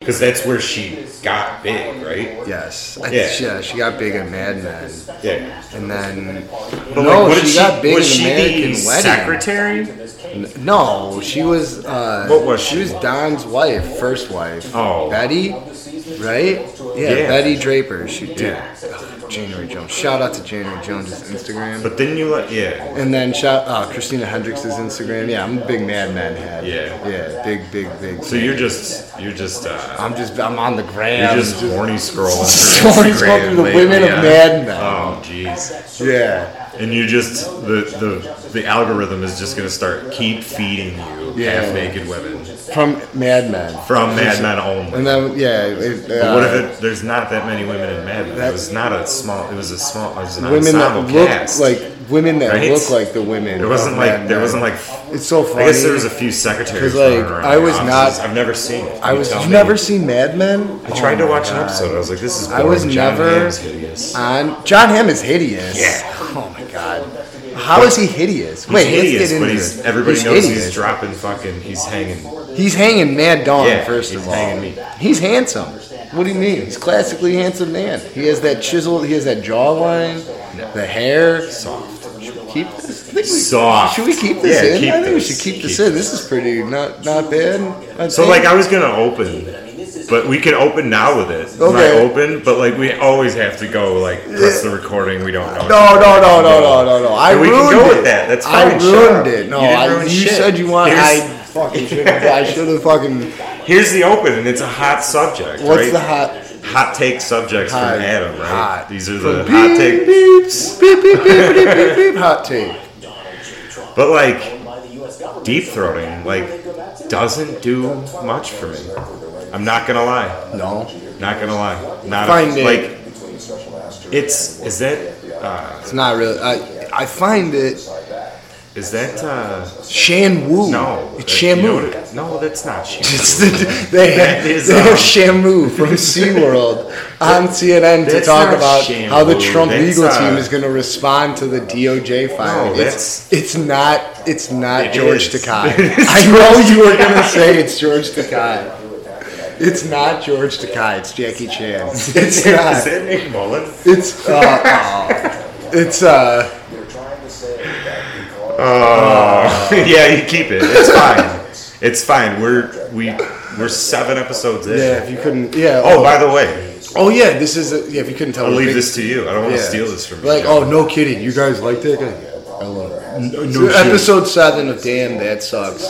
because that's where she got big, right? Yes. I- Yeah. yeah, she got big in Mad Men. Yeah. And then. But no, like, what she, did she, got big was in she American the Wedding. secretary? N- No, she was. Uh, What was she? was Don's wife, first wife. Oh. Betty, right? Yeah, Yeah. Betty Draper. She did. Yeah. January Jones. Shout out to January Jones' Instagram. But then you like, yeah, and then shout uh, Christina Hendricks' Instagram. Yeah, I'm a big Mad Men head. Yeah. Yeah, big, big, big. so you're just you're just uh, I'm just I'm on the gram. you're just horny scrolling. through Sorry, it's Instagram called through the lately, women yeah. of Mad Men. Oh jeez. Yeah, And you just the the the algorithm is just gonna start keep feeding you Yeah. half naked women from Mad Men. from Mad Men only. And then yeah, it, uh, But what if it, there's not that many women in Mad Men? It was not a small. It was a small. It was an uh, women ensemble that look cast. like women that Right? look like the women. there wasn't of like Mad there Men. wasn't like. It's so funny. I guess there was a few secretaries. 'Cause, like, running around I was the not- offices. I've never seen it. I You was. tell You've me. never seen Mad Men? Oh I tried to watch an episode. I was like, this is. I Boring. was John never- Hamm's hideous. On John Hamm is hideous. Yeah. Oh my god. How is he hideous? He's Wait, let's hideous, get into but he's it. everybody knows he's hideous. dropping fucking. He's hanging. He's hanging Mad Dawn Yeah, first he's of all. hanging me. He's handsome. What do you mean? He's classically handsome man. He has that chiseled. He has that jawline, the hair. Soft. Should we keep this? I think we- Soft. Should we keep this Yeah, in? keep I think we this. should keep this Keep in. This is pretty not not bad. I So think. like I was gonna open, but we can open now with it. When I Okay. open, but like we always have to go like press the recording. We don't know. No, no, no, no, no, no, no. I But we can ruined go it. with that. That's I fine, shut ruined up. it. No, You didn't I, ruin you shit. said you want. Here's- I fucking should have. I should have fucking. Here's the open, and it's a hot subject. What's right? the hot- Hot take subjects Hot. from Adam, right? Hot. These are the Beep, hot take. beeps, beep, beep, beep, beep, beep, beep, hot take. But like, deep throating like doesn't do much for me. I'm not gonna lie. No. Not gonna lie. Not Find a, it. like it's is that uh, It's not really. I I find it. is that uh, Shan Wu. no It's that- you know Shamu. what- no, that's not Shamu. It's the, they That is, they um, have Shamu from SeaWorld on CNN to that's talk not about how the Shamu. Trump That's, legal uh, team is going to respond to the DOJ filing. that's- it's, it's not. It's not It George is. Takai. It is I know you were going to say it's George Takai. It's not George Takai. It's Jackie Chan. It's is not. that Nick Mullen? It's uh, uh, it's uh. yeah, you keep it. It's fine. It's fine. We're we we're seven episodes in. Yeah, if you couldn't. Yeah. Oh, by the way, Oh yeah, this is a, yeah. If you couldn't tell, I'll we're leave big- this to you. I don't want to yeah. steal this from you. Like, oh no, kidding. You guys liked it? I love it. So episode seven of Damn That Sucks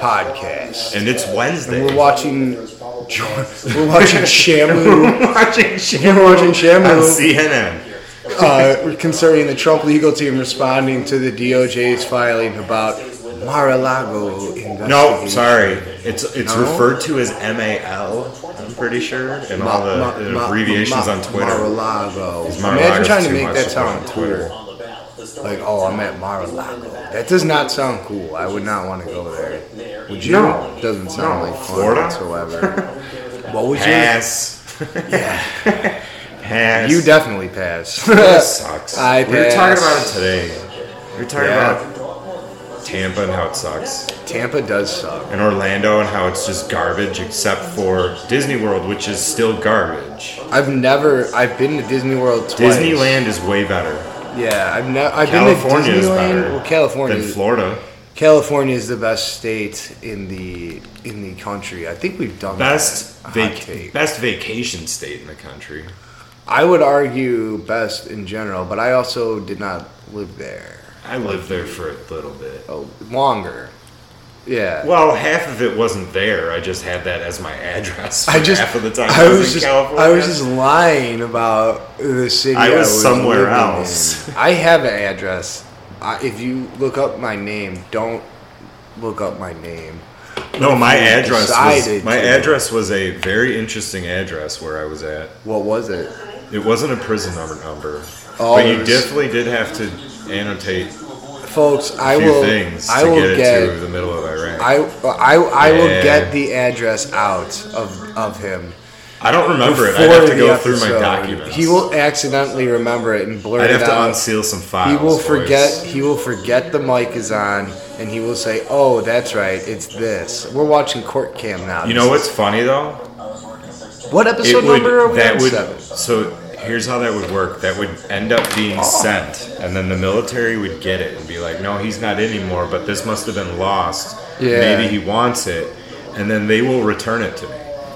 podcast. and it's Wednesday. We're watching. We're watching Shamu. watching We're watching on Shamu CNN. uh, concerning the Trump legal team responding to the DOJ's filing about Mar-a-Lago investigation. No, sorry. It's it's No? referred to as MAL. I'm pretty sure, and all the Ma- the ma- abbreviations ma- on Twitter. Mar-a-Lago. Mar-a-Lago Imagine trying to too make much that to sound put on Twitter. Like, oh, I'm at Mar-a-Lago. That does not sound cool. I would not want to go there. Would you? No. Doesn't sound No. like fun Florida? whatsoever. what would you? Pass. Pass. You definitely pass. That sucks. I we were talking pass. about it today. We were talking Yeah. about Tampa and how it sucks, Tampa does suck. and Orlando and how it's just garbage, except for Disney World, which is still garbage. I've never. I've been to Disney World twice. Disneyland is way better. Yeah, I've never. I've California been is to Disneyland. better. Well, California. Than is- Florida. California is the best state in the in the country. I think we've done Best that. Hot vac- take. best vacation state in the country. I would argue best in general, but I also did not live there. I lived there for a little bit. Oh, longer. Yeah. Well, half of it wasn't there. I just had that as my address. For I just half of the time I was, in just California. I was just lying about the city. I was somewhere living else. in. I have an address. I, if you look up my name, don't look up my name. no. My you address was decided my to. address was a very interesting address where I was at. What was it? It wasn't a prison number, number Oh, but you it was- definitely did have to annotate Folks, I a few will things I to will get it get to the middle of Iraq. I, I, I, I will Yeah. get the address out of, of him. don't remember it. I'd before have to the go through my episode. documents. He will accidentally remember it and blurt I'd it have to out. unseal some files. he will boys. forget. He will forget the mic is on, and he will say, "Oh, that's right, it's this." We're watching Court Cam now. You This know is- what's funny though? What episode number are we that on? would Seven. so here's how that would work that would end up Oh. being sent and then the military would get it and be like no he's not in anymore but this must have been lost Yeah. maybe he wants it and then they will return it to me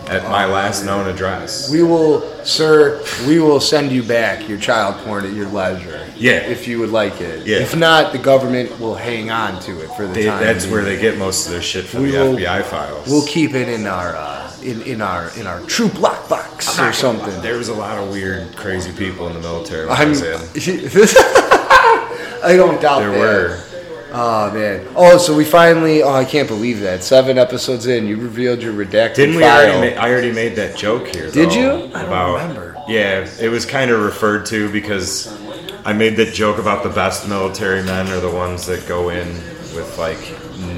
at my last known address We will, sir. We will send you back your child porn at your leisure. Yeah. if you would like it. Yeah. If not, the government will hang on to it for the they, time. that's being. where they get most of their shit from We the will- FBI files We'll keep it in our uh, in in our in our troop lockbox or something. there was a lot of weird crazy people in the military when i I'm. was in This, I don't doubt there that. were Oh man! Oh, so we finally. Oh, I can't believe that. Seven episodes in, you revealed your redacted Didn't we file. already? Ma- I already made that joke here. Did though, you? I don't about, remember. Yeah, it was kind of referred to because I made that joke about the best military men are the ones that go in with like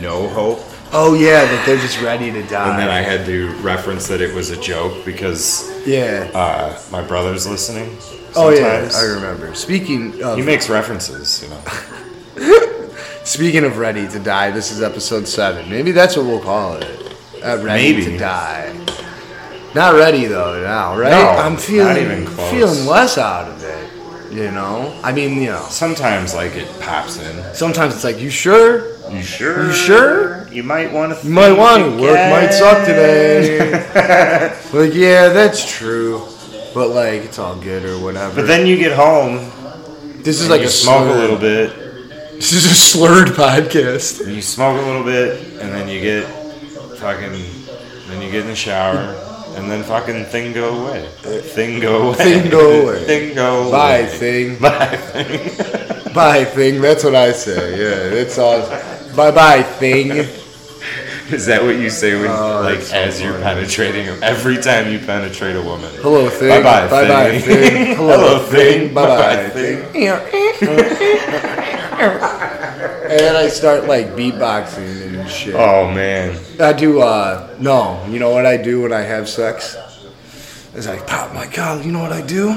no hope, oh yeah, that they're just ready to die. and then I had to reference that it was a joke because yeah. uh, my brother's listening. oh yeah, sometimes. I remember. Speaking of He makes references, you know. Speaking of ready to die, this is episode seven. Maybe that's what we'll call it. Uh, ready Maybe. to die. Not ready though now, right? No, I'm not feeling even close. feeling less out of it. You know, I mean, you know, Sometimes like it pops in. sometimes it's like, you sure? You sure? You sure? You might want to. You might want to work might suck today. like, yeah, that's true, but like, it's all good or whatever. But then you get home. this is and like you a smoke a slurred- little bit. This is a slurred podcast. And you smoke a little bit, and then you get fucking, then you get in the shower, and then fucking thing go away. Thing go away. Thing go away. thing go Bye, away. thing. Bye thing. Bye thing. That's what I say. Yeah, it's all. Bye bye thing. Is that what you say when, like, Oh, that's so as you're penetrating him? Every time you penetrate a woman. Hello thing. Bye-bye, Bye bye thing. thing. Hello Hello, thing. thing. Bye bye Bye-bye, thing. And then I start like beatboxing and shit. Oh man, I do. uh No, you know what I do when I have sex? Is I pop my collar. You know what I do?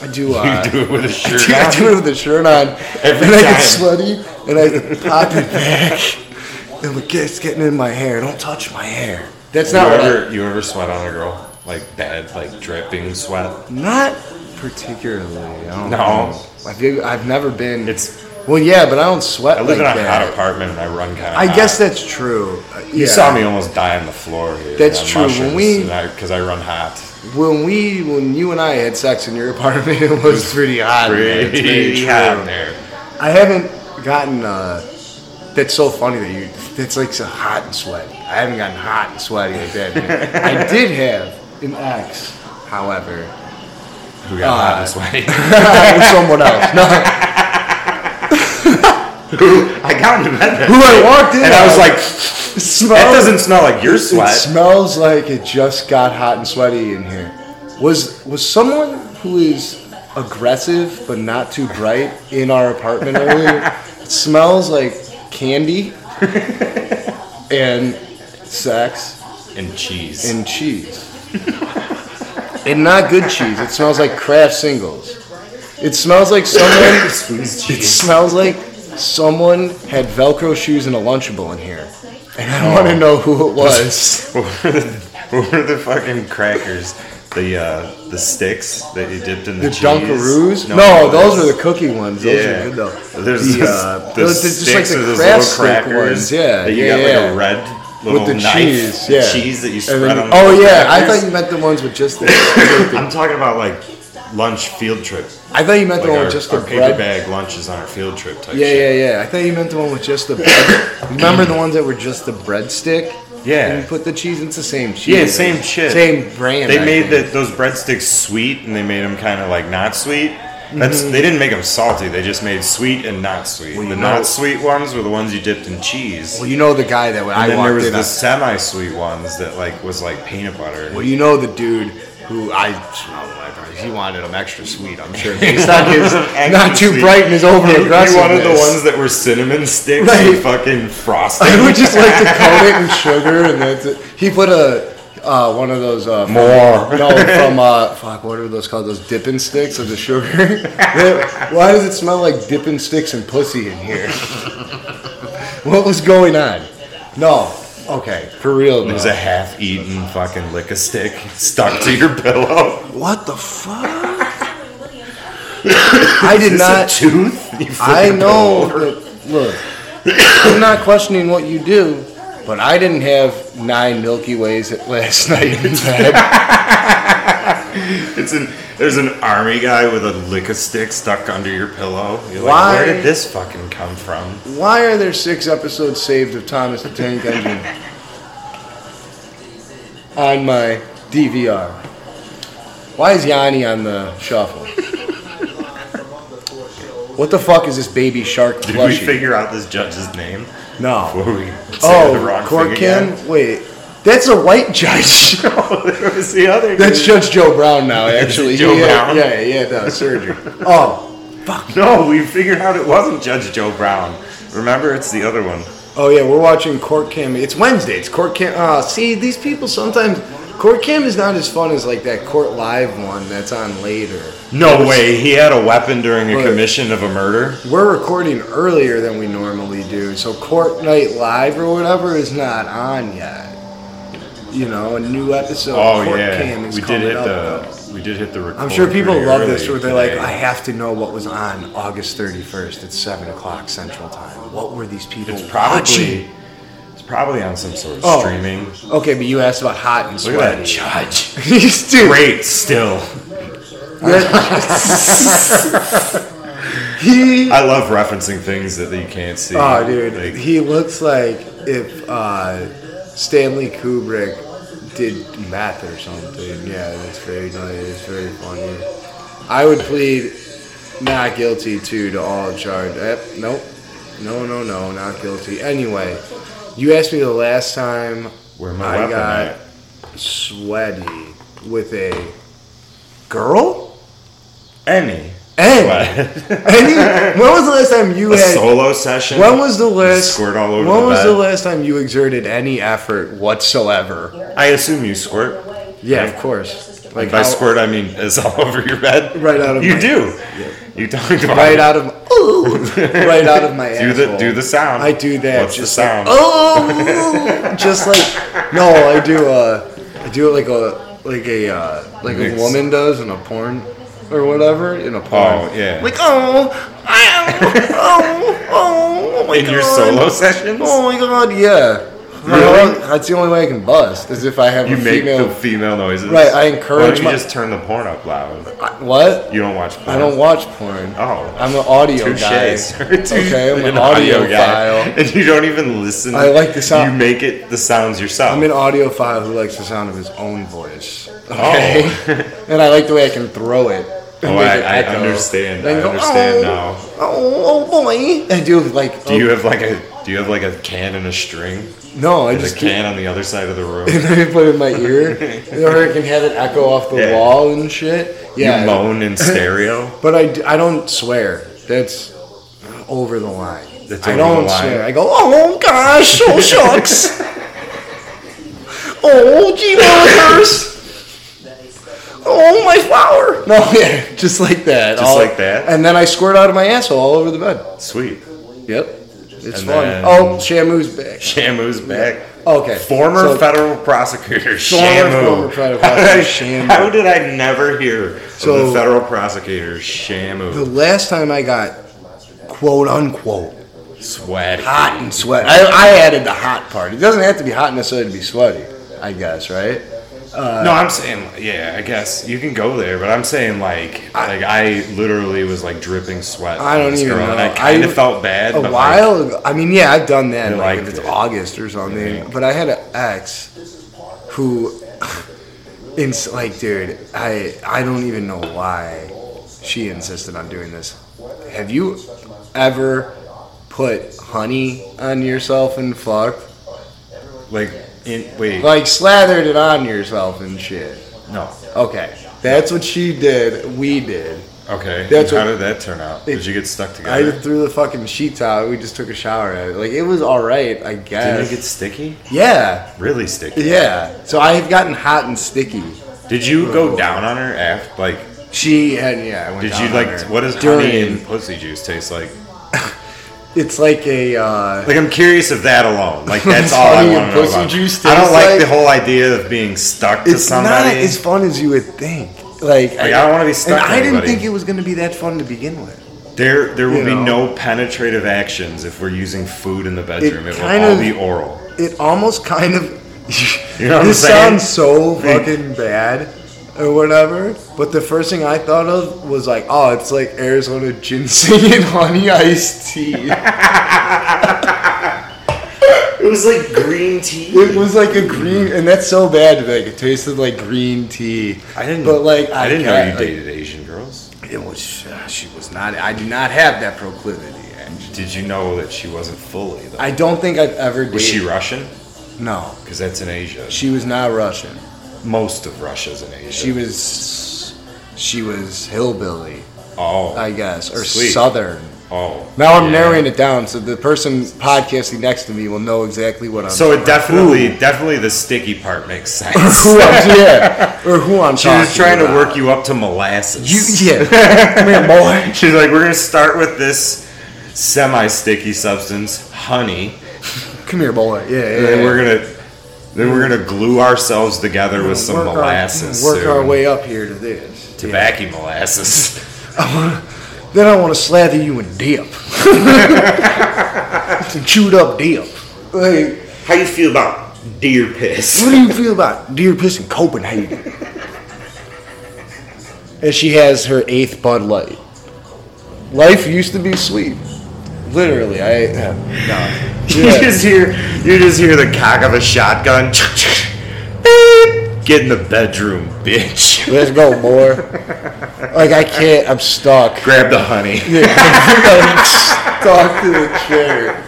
I do. you uh do it with a shirt I on. do it with a shirt on. Every and I get time. sweaty and I pop it back. And the it's getting in my hair. Don't touch my hair. That's You not what I- ever, you ever sweat on a girl? Like bad, like dripping sweat? Not particularly. I don't No. know. I've, I've never been. It's. well, yeah, but I don't sweat. I live like in a that. hot apartment and I run kind of. I guess that's true. Uh, You yeah. saw me almost die on the floor here. That's on true. When mushrooms, we- and I because I run hot. when we when you and I had sex in your apartment. It was, pretty hot. in there. It's very Pretty true. hot in there. I haven't gotten. Uh, that's so funny that you. That's like so hot and sweaty. I haven't gotten hot and sweaty like that. man. I did have an ex, however. Who got hot and sweaty? with someone else. No, I got into bed. who I walked in and I was on. like, Smell- that doesn't smell like your It sweat. smells like it just got hot and sweaty in here. Was was someone who is aggressive but not too bright in our apartment earlier? it smells like candy and sex And cheese. and cheese. and not good cheese. It smells like Kraft singles. It smells like someone Squeeze it cheese. smells like someone had Velcro shoes and a Lunchable in here. And I want to know who it was. what, were the, what were the fucking crackers? The uh, the sticks that you dipped in the, The cheese. Dunkaroos? No, those are the cookie ones. Those Yeah. are good though. There's the, this- uh, the those- they're just like sticks the of those Kraft little stick crackers ones. Yeah, that you yeah, got yeah. like a red little with the knife, cheese, yeah, cheese that you And spread on. then- Oh the yeah, I crackers. thought you meant the ones with just the. I'm talking about like lunch field trip. I thought you meant Like the one our, with just the our paper bread. bag lunches on our field trip type Yeah, shit. yeah, yeah. I thought you meant the one with just the. bread. Remember the ones that were just the breadstick? Yeah. And you put the cheese. It's the same cheese. Yeah, same shit. Same brand. They I made think. the, those breadsticks sweet and they made them kind of like not sweet. That's Mm-hmm. they didn't make them salty. They just made sweet and not sweet. the know- not sweet ones were the ones you dipped in cheese. Well, you know the guy that and I then there walked was in. the on. semi-sweet ones that like was like peanut butter. Well, you know the dude who I smelled my breath. He wanted them extra sweet. I'm sure based on his not too Sweet. bright and his over You aggressiveness. wanted the ones that were cinnamon sticks Right. and fucking frosting. I would just like to coat it in sugar, and that's it. He put a uh, one of those uh, from- More. No, from uh, fuck, what are those called? Those dipping sticks of the sugar. Why does it smell like dipping sticks and pussy in here? what was going on? No. Okay, for real. There's though. a half-eaten fucking lick a stick stuck to your pillow. What the fuck? I did Is not. this a tooth? You I flipping know. pillow over. that- Look, I'm not questioning what you do, but I didn't have nine Milky Ways at last night in bed. It's an there's an army guy with a lick a stick stuck under your pillow. You're like, Why? where did this fucking come from? Why are there six episodes saved of Thomas the Tank Engine on my DVR? Why is Yanni on the shuffle? What the fuck is this baby shark Did we plushie? figure out this judge's name? No. Before we say the Oh, wrong thing again? Corkin? Wait. That's a white judge. Oh, there was the other That's dude. Judge Joe Brown now, actually. Joe He had- Brown? Yeah, yeah, no, surgery. Oh, No, we figured out it wasn't Judge Joe Brown. Remember, it's the other one. oh yeah, we're watching Court Cam. It's Wednesday. It's Court Cam. Ah, see, these people sometimes Court Cam is not as fun as like that Court Live one that's on later. No way. He had a weapon during a Right. commission of a murder. We're recording earlier than we normally do, so Court Night Live or whatever is not on yet. You know, a new episode. Oh of Court yeah, Cam is we did uh, coming hit up, though. the we did hit the record. I'm sure people pretty love this where early they're like, today. I have to know what was on August 31st at 7 o'clock Central Time. What were these people it's probably watching? it's probably on some sort of Oh. streaming. Okay, but you asked about hot and Look at that sweaty. judge. He's dude. Great, still. that- he. I love referencing things that you can't see. Oh, dude. Like, he looks like if uh, Stanley Kubrick did meth or something. Yeah, that's very nice. It's very funny. I would plead not guilty too to all charge. Eh, nope. No, no, no, not guilty. Anyway, you asked me the last time where my I weapon got at? sweaty with a girl. Any. Hey, What? any, when was the last time you a had solo session. When was the last? squirt all over when the was bed. the last time you exerted any effort whatsoever? I assume you squirt. Yeah, of course. Like By how- squirt, I mean it's all over your bed. Right out of you my- do. You talked about right it. out of ooh, right out of my Do the asshole. do the sound. I do that. What's the just sound? Like, oh, just like no, I do uh, I do it like a like a uh, like Mix. a woman does in a porn or whatever in a porn. Oh, yeah. Like oh, ow, oh, oh, oh my In your God. solo sessions? Oh my god, yeah. Really? That's the only way I can bust is if I have You a make female. the female noises. Right, I Why don't encourage you my- just turn the porn up loud? I- what? You don't watch porn. I don't watch porn. Oh. I'm an audio Touche, guy. sir. Okay, I'm You're an audio file. And you don't even listen. I like the sound. You make it the sounds yourself. I'm an audiophile who likes the sound of his own voice. Okay. Oh. and I like the way I can throw it. and Oh, make I- it I echo. understand. Then I go, understand "Oh, now." Oh, oh boy! I do like. oh, do you have like a Do you have like a can and a string? no, I There's just a do- can on the other side of the room. and I put it in my ear, or I can have it echo off the Yeah. wall and shit. Yeah. You moan in stereo. But I, d- I don't swear. That's over the line. That's I over don't the line. swear. I go, oh gosh, oh shucks. oh gee willikers. Oh my flower. No, yeah, just like that. Just like that? And then I squirt out of my asshole all over the bed. Sweet. Yep. It's And fun. then- Oh, Shamu's back. Shamu's back. Okay. Former so- federal prosecutor Shamu. former federal prosecutor Shamu. How did I never hear of So- the federal prosecutor Shamu? The last time I got quote unquote Sweat. hot and sweaty. I, I added the hot part. It doesn't have to be hot necessarily to be sweaty, I guess, right? no, I'm saying, yeah, I guess you can go there, but I'm saying like, I, like I literally was like dripping sweat. I on don't this even girl, know. and I kind I- of felt bad. A but Like, while ago, I mean, yeah, I've done that, You like if liked it's it. August or something. Yeah. But I had an ex who, ins- like, dude, I I don't even know why she insisted on doing this. Have you ever put honey on yourself and fucked? like, in, wait, Like, slathered it on yourself and shit. no, Okay, that's what she did. We did. okay. That's how what- did that turn out? It- did you get stuck together? I just threw the fucking sheets out. We just took a shower at it. Like it was all right, I guess. Didn't it get sticky? yeah, Really sticky. yeah. So I have gotten hot and sticky. Did you go down on her after? Like, She had yeah. I went did down you on like? her. What does honey During- and pussy juice taste like? It's like a. Uh, Like I'm curious of that alone. Like that's all I Honey want and to know pussy about. juice I don't tastes like, like- the whole idea of being stuck to it's somebody. not as fun as you would think. Like, Like, I don't wanna be stuck And to I didn't anybody. think it was going to be that fun to begin with. there, there will you be know. no penetrative actions if we're using food in the bedroom. It, will kind all of- be oral. It almost kind of. You know what I'm this saying? sounds so fucking bad or whatever, but the first thing I thought of was like, oh, it's like Arizona ginseng and honey iced tea. It was like green tea. It was like a green, and that's so bad. Like it tasted like green tea. I didn't. But like I, didn't know got- you like, dated Asian girls. It was. uh, She was not. I do not have that proclivity. actually. Did you know that she wasn't fully? Though? I don't think I've ever. Dated. was she Russian? No, Because that's in Asia. she was not Russian. Most of Russia's in Asia. She was. She was hillbilly, oh, I guess, or Sweet. southern. oh. Now I'm yeah. narrowing it down, so the person podcasting next to me will know exactly what I'm. So it definitely, definitely the sticky part makes sense. who I'm, yeah, or who I'm She was talking trying to about. work you up to molasses. You yeah, come here, boy. She's like, we're gonna start with this semi-sticky substance, honey, Come here, boy. and Yeah, yeah. yeah. then we're gonna then we're gonna glue ourselves together with some Work our- molasses, work our soon. way up here to this. tobacco molasses. Then I want to slather you in dip. Some chewed up dip. Like, How you feel about deer piss? what do you feel about deer piss in Copenhagen? and she has her eighth Bud Light. Life used to be sweet. Literally, I uh, no. You Yeah. just hear you just hear the cock of a shotgun. Beep. Get in the bedroom, bitch. Let's go, boy. Like I can't. I'm stuck. Grab the honey. I'm stuck to the chair.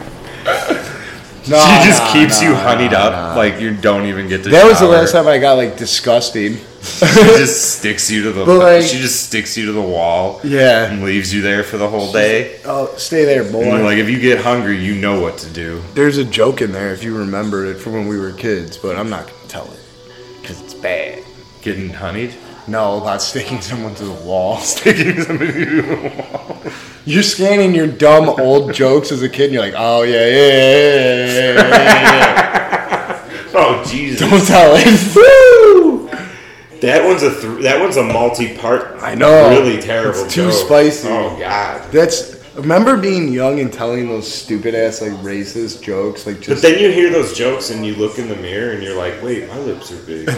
No, she just no, keeps no, you no. honeyed up, like you don't even get to. That was the shower. last time I got like disgusting. she just sticks you to the But, like- she just sticks you to the wall Yeah. and leaves you there for the whole day Oh, stay there, boy. and you're like if you get hungry you know what to do There's a joke in there if you remember it from when we were kids, but I'm not gonna tell it because it's bad. getting honeyed No, about sticking someone to the wall. taking somebody to the wall You're scanning your dumb old jokes as a kid, and you're like, oh yeah, yeah, yeah, yeah, yeah, yeah, yeah, yeah. oh jesus Don't tell it. that one's a th- that one's a multi-part I know. really terrible It's too joke. spicy. oh god That's remember being young and telling those stupid ass like racist jokes, like but just then you hear those jokes and you look in the mirror and you're like wait my lips are big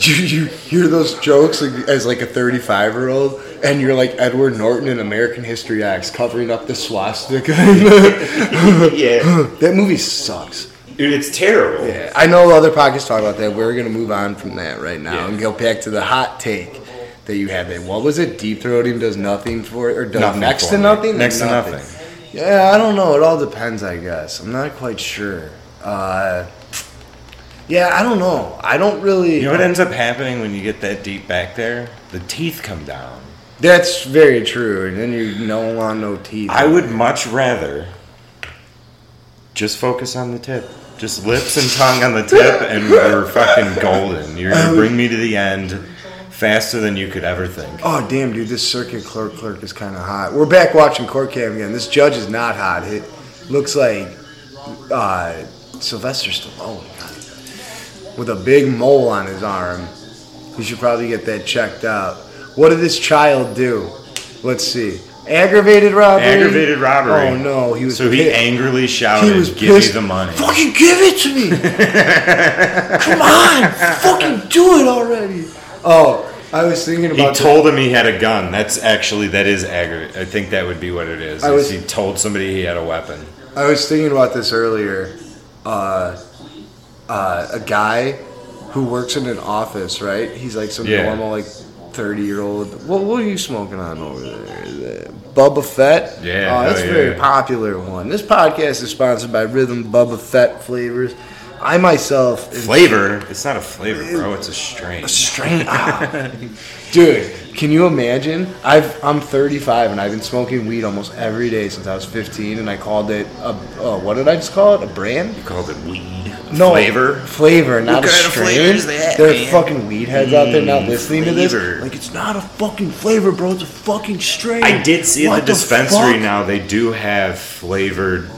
you, you hear those jokes like, as like a 35 year old and you're like edward norton in american history x covering up the swastika yeah that movie sucks dude it's terrible yeah i know other podcasts talk about that we're gonna move on from that right now Yeah. and go back to the hot take that you had there what was it deep throating does nothing for it or does Nothing next for to me. nothing Next to nothing. yeah i don't know it all depends i guess i'm not quite sure uh yeah, I don't know. I don't really. you know what ends up happening when you get that deep back there the teeth come down That's very true. And then you no want no teeth. I would much rather just focus on the tip. Just lips and tongue on the tip, and we're fucking golden. You're gonna bring me to the end faster than you could ever think. Oh damn, dude! This circuit clerk clerk is kind of hot. We're back watching court cam again. This judge is not hot. It looks like uh, Sylvester Stallone kinda. with a big mole on his arm. You should probably get that checked out. What did this child do? Let's see. Aggravated robbery. Aggravated robbery. Oh no, he was So he pissed. angrily He shouted, was "Give pissed. me the money!" Fucking give it to me. Come on, fucking do it already. Oh, I was thinking He about. the- told him he had a gun. That's actually that is aggravated. I think that would be what it is. I is was- he told somebody he had a weapon. I was thinking about this earlier. Uh, uh, a guy who works in an office, right? He's like some Yeah. normal, like thirty-year-old. What, what are you smoking on over there? Is it Bubba Fett. Yeah, oh, that's a hell very yeah. popular one. This podcast is sponsored by Rhythm Bubba Fett flavors. I myself am Flavor? It's not a flavor, bro. It's a strain. Strain out. Dude, can you imagine? I've I'm 35 and I've been smoking weed almost every day since I was 15, and I called it a uh, what did I just call it? A brand? You called it weed. No Flavor? flavor, not What a kind of strain. flavor is that, there are man? fucking weed heads out there not Mm, listening to flavor. this. Like it's not a fucking flavor, bro. It's a fucking strain. I did see at Mm. What the dispensary fuck? now they do have flavored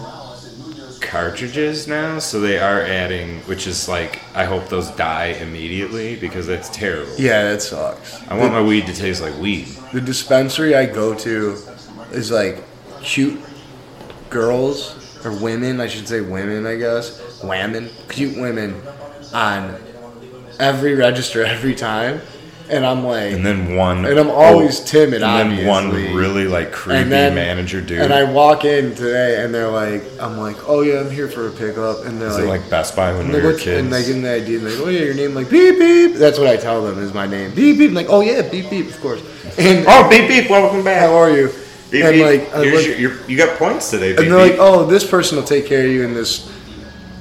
cartridges now, so they are adding, which is like I hope those die immediately because that's terrible. Yeah, that sucks. I want my weed to taste like weed. The dispensary I go to is like cute girls or women, I should say women, I guess. Women, cute women on every register every time. And I'm like, And then one, And I'm always timid, And then one obviously. really like creepy and then manager dude. And I walk in today, and they're like, "I'm like, oh yeah, I'm here for a pickup," and they're is it like, like Best Buy when and we they were look and they kids? give me the ID, and like, "Oh yeah, your name?" Like, beep beep. That's what I tell them is my name. Beep beep. like, oh yeah, beep beep, of course. And oh, beep beep, welcome back. how are you? Beep, and beep. like, I Here's look- your, your, you got points today. Beep, and they're like, beep. "Oh, this person will take care of you." And this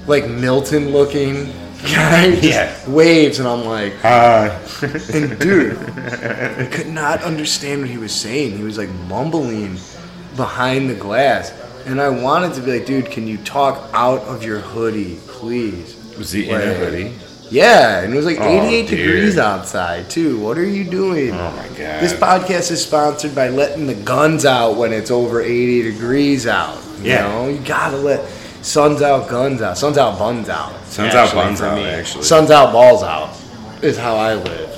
like Milton looking guy just Yeah. waves, and I'm like, Hi. and dude, I could not understand what he was saying. He was like mumbling behind the glass. And I wanted to be like, dude, can you talk out of your hoodie, please? was he in a Like- hoodie? Yeah, and it was like Oh, 88 dear. degrees outside, too. What are you doing? Oh my god. This podcast is sponsored by letting the guns out when it's over 80 degrees out. You Yeah. know, you gotta let sun's out, guns out, sun's out, buns out. Sounds out actually, buns for out, me. actually. Sun's out, balls out is how I live.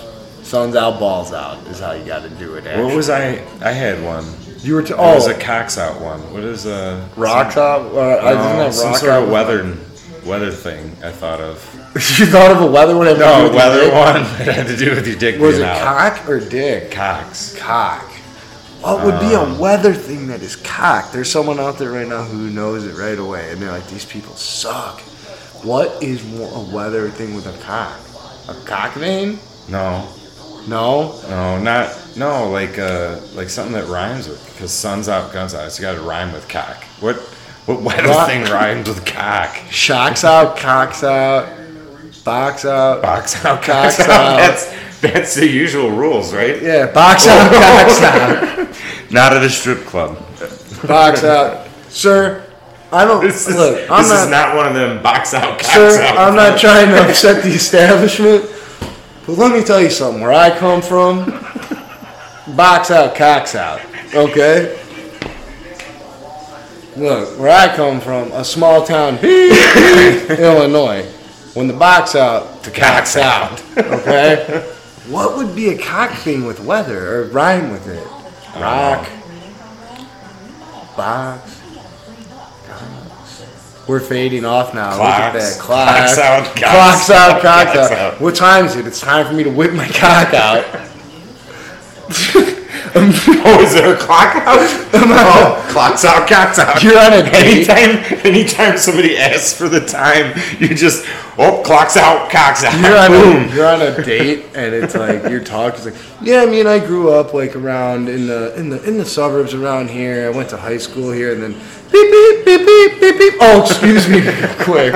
Sun's out, balls out is how you gotta do it. Actually. what was I? I had one. You were t- Oh. It was oh a cocks out one. What is a rock out? Or, I No, didn't have some rock sort out. of weather weather thing. I thought of you thought of a weather one? had to do no with your weather dick? one that had to do with your dick Was it being out. cock or dick? Cocks. cock. What would be Uh, a weather thing that is cock? There's someone out there right now who knows it right away, and they're like, these people suck. What is more a weather thing with a cock? A cock vein? No, No. no, not no. Like uh, like something that rhymes with because sun's out, guns out. It's got to rhyme with cock. What what weather Rock- thing rhymes with cock? Shocks out, cocks out, box out. Box out, Cocks cocks out. out. That's that's the usual rules, right? Yeah, box Oh. out, cocks out, Not at a strip club. box out. Sir, I don't This is, look. I'm this not, is not one of them box out, cocks Sir, out. I'm not trying to upset the establishment, but let me tell you something. Where I come from, box out, cocks out. Okay? Look, where I come from, a small town, Illinois, when the box out, The cocks out. okay? What would be a cock thing with weather or rhyme with it? Rock, box. cocks. We're fading off now. Look at Clocks. that. Clock. Clocks out, cocks Clocks out, out, cocks cocks out. out. What time is it? It's time for me to whip my cock out. Oh, is there a clock out? oh, clocks out, cocks out. You're on a date. anytime, anytime somebody asks for the time, you just oh, clocks out, cocks out. You're on, Boom. a, you're on a date and it's like your talk is like yeah I mean I grew up like around in the in the in the suburbs around here I went to high school here and then beep beep beep beep beep beep oh excuse me real quick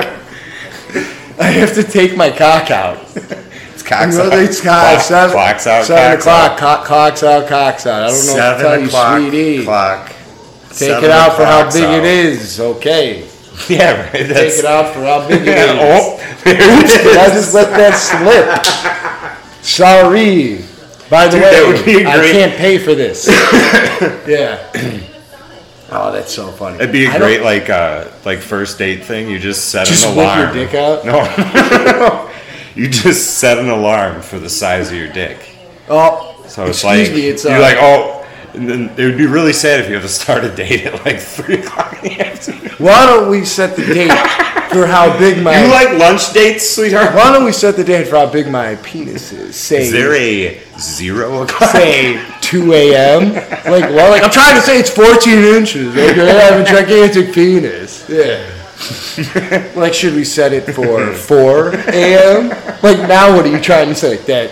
I have to take my cock out It's I cocks know out. they Clock- clocks, seven, clocks out, seven cocks o'clock, out. cock- clocks out, cocks out. I don't know what to tell Seven you, o'clock. sweetie. Clock. Take it out for how big it is, okay? is. Yeah, right. Take it out for how big it Yeah, is. oh, there it is. I just let that slip. Sorry. By the Dude, that would be way, a I great- can't pay for this. yeah. Oh, that's so funny. That'd be I a don't- great like uh like first date thing. You just set Just an whip your alarm. dick out? No. you just set an alarm for the size of your dick. Oh, So it's excuse like me, it's you're uh, like oh, and then it would be really sad if you have to start a date at like three o'clock in the afternoon. Why don't we set the date for how big my You like lunch dates, sweetheart? Why don't we set the date for how big my penis is? Say, Is there a zero o'clock? say 2 a.m. Like, well, like I'm trying to say it's 14 inches. Okay, I have a gigantic penis. Yeah. like, should we set it for 4 a.m.? Like, now what are you trying to say? That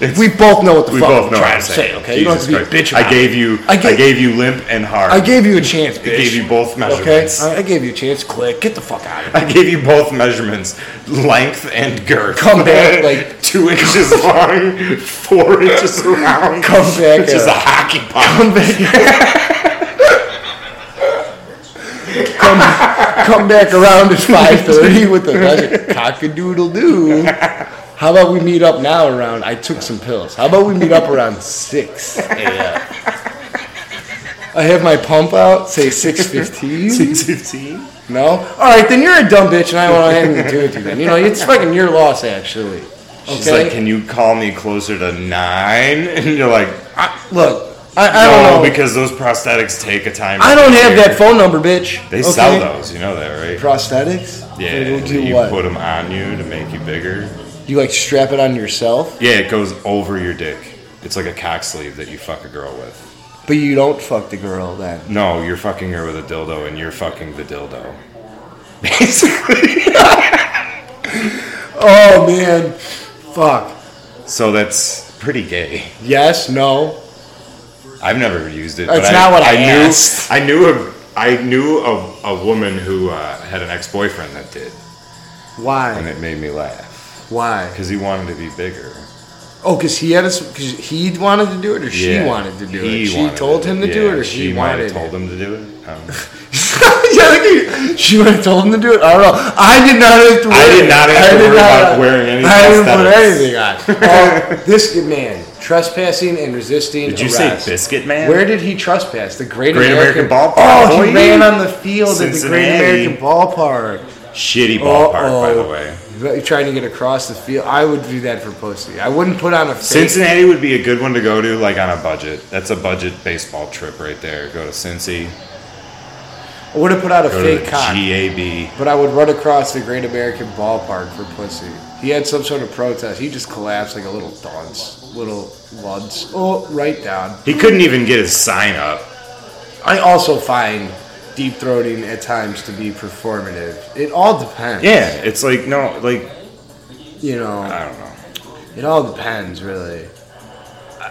It's- we both know what the we fuck both I'm know what trying I'm to say. saying. Okay, you don't have Jesus to be a Christ. bitch. I about gave it. you. I I gave- gave, you limp and hard. I gave you a chance, bitch. I gave you both Okay, measurements. I, I gave you a chance. Click, get the fuck out of here. I gave you both measurements, length and girth. Come back, like- two inches long, four inches around. Come back, which is uh, a hockey puck. Come back. come, come back around at five thirty with a cock a doodle doo. How about we meet up now around? I took some pills. How about we meet up around six a.m. uh, I have my pump out, say six fifteen. 15? No, all right, then you're a dumb bitch, and I don't want anything to do with you. Then you know it's fucking your loss, actually. She's like, can you call me closer to nine? And you're like, I, look, I, I no, don't know. because those prosthetics take a time. to I don't have prepare. that phone number, bitch. They Okay? sell those, you know that, right? prosthetics. Yeah, They will do you what? put them on you to make you bigger. you like strap it on yourself, Yeah, it goes over your dick. It's like a cock sleeve that you fuck a girl with. but you don't fuck the girl then. No, you're fucking her with a dildo, and you're fucking the dildo. Basically. Oh man, fuck. so that's pretty gay. Yes, no. I've never used it. That's but not what I knew. asked. I knew a I knew a, a woman who uh, had an ex boyfriend that did, and Why? it made me laugh Why? because he wanted to be bigger. Oh, because he had us. Because he wanted to do it, or she wanted to do it. She told him to do it, or she, wanted. told him to do it. Um, yeah, look at you. she would have told him to do it. I don't know. I did not have to. Wear I did it. not have to did worry not- about wearing any I didn't prosthetics. put anything on. Uh, this man trespassing and resisting. Did you arrest. say biscuit man? Where did he trespass? The Great, Great American Ballpark, Oh, boy. he ran on the field at Cincinnati. the Great American Ballpark. Shitty Oh, ballpark, by the Uh-oh. way. You're Trying to get across the field. I would do that for Posty. I wouldn't put on a fake. Cincinnati would be a good one to go to, like on a budget. That's a budget baseball trip right there. Go to Cincy. I would have put out a Go to fake the cock. GAB. But I would run across the Great American Ballpark for pussy. He had some sort of protest. He just collapsed like a little dunce, little lunce. Oh, right down. He couldn't even get his sign up. I also find deep throating at times to be performative. It all depends. Yeah, it's like no, like You know, I don't know. it all depends, really.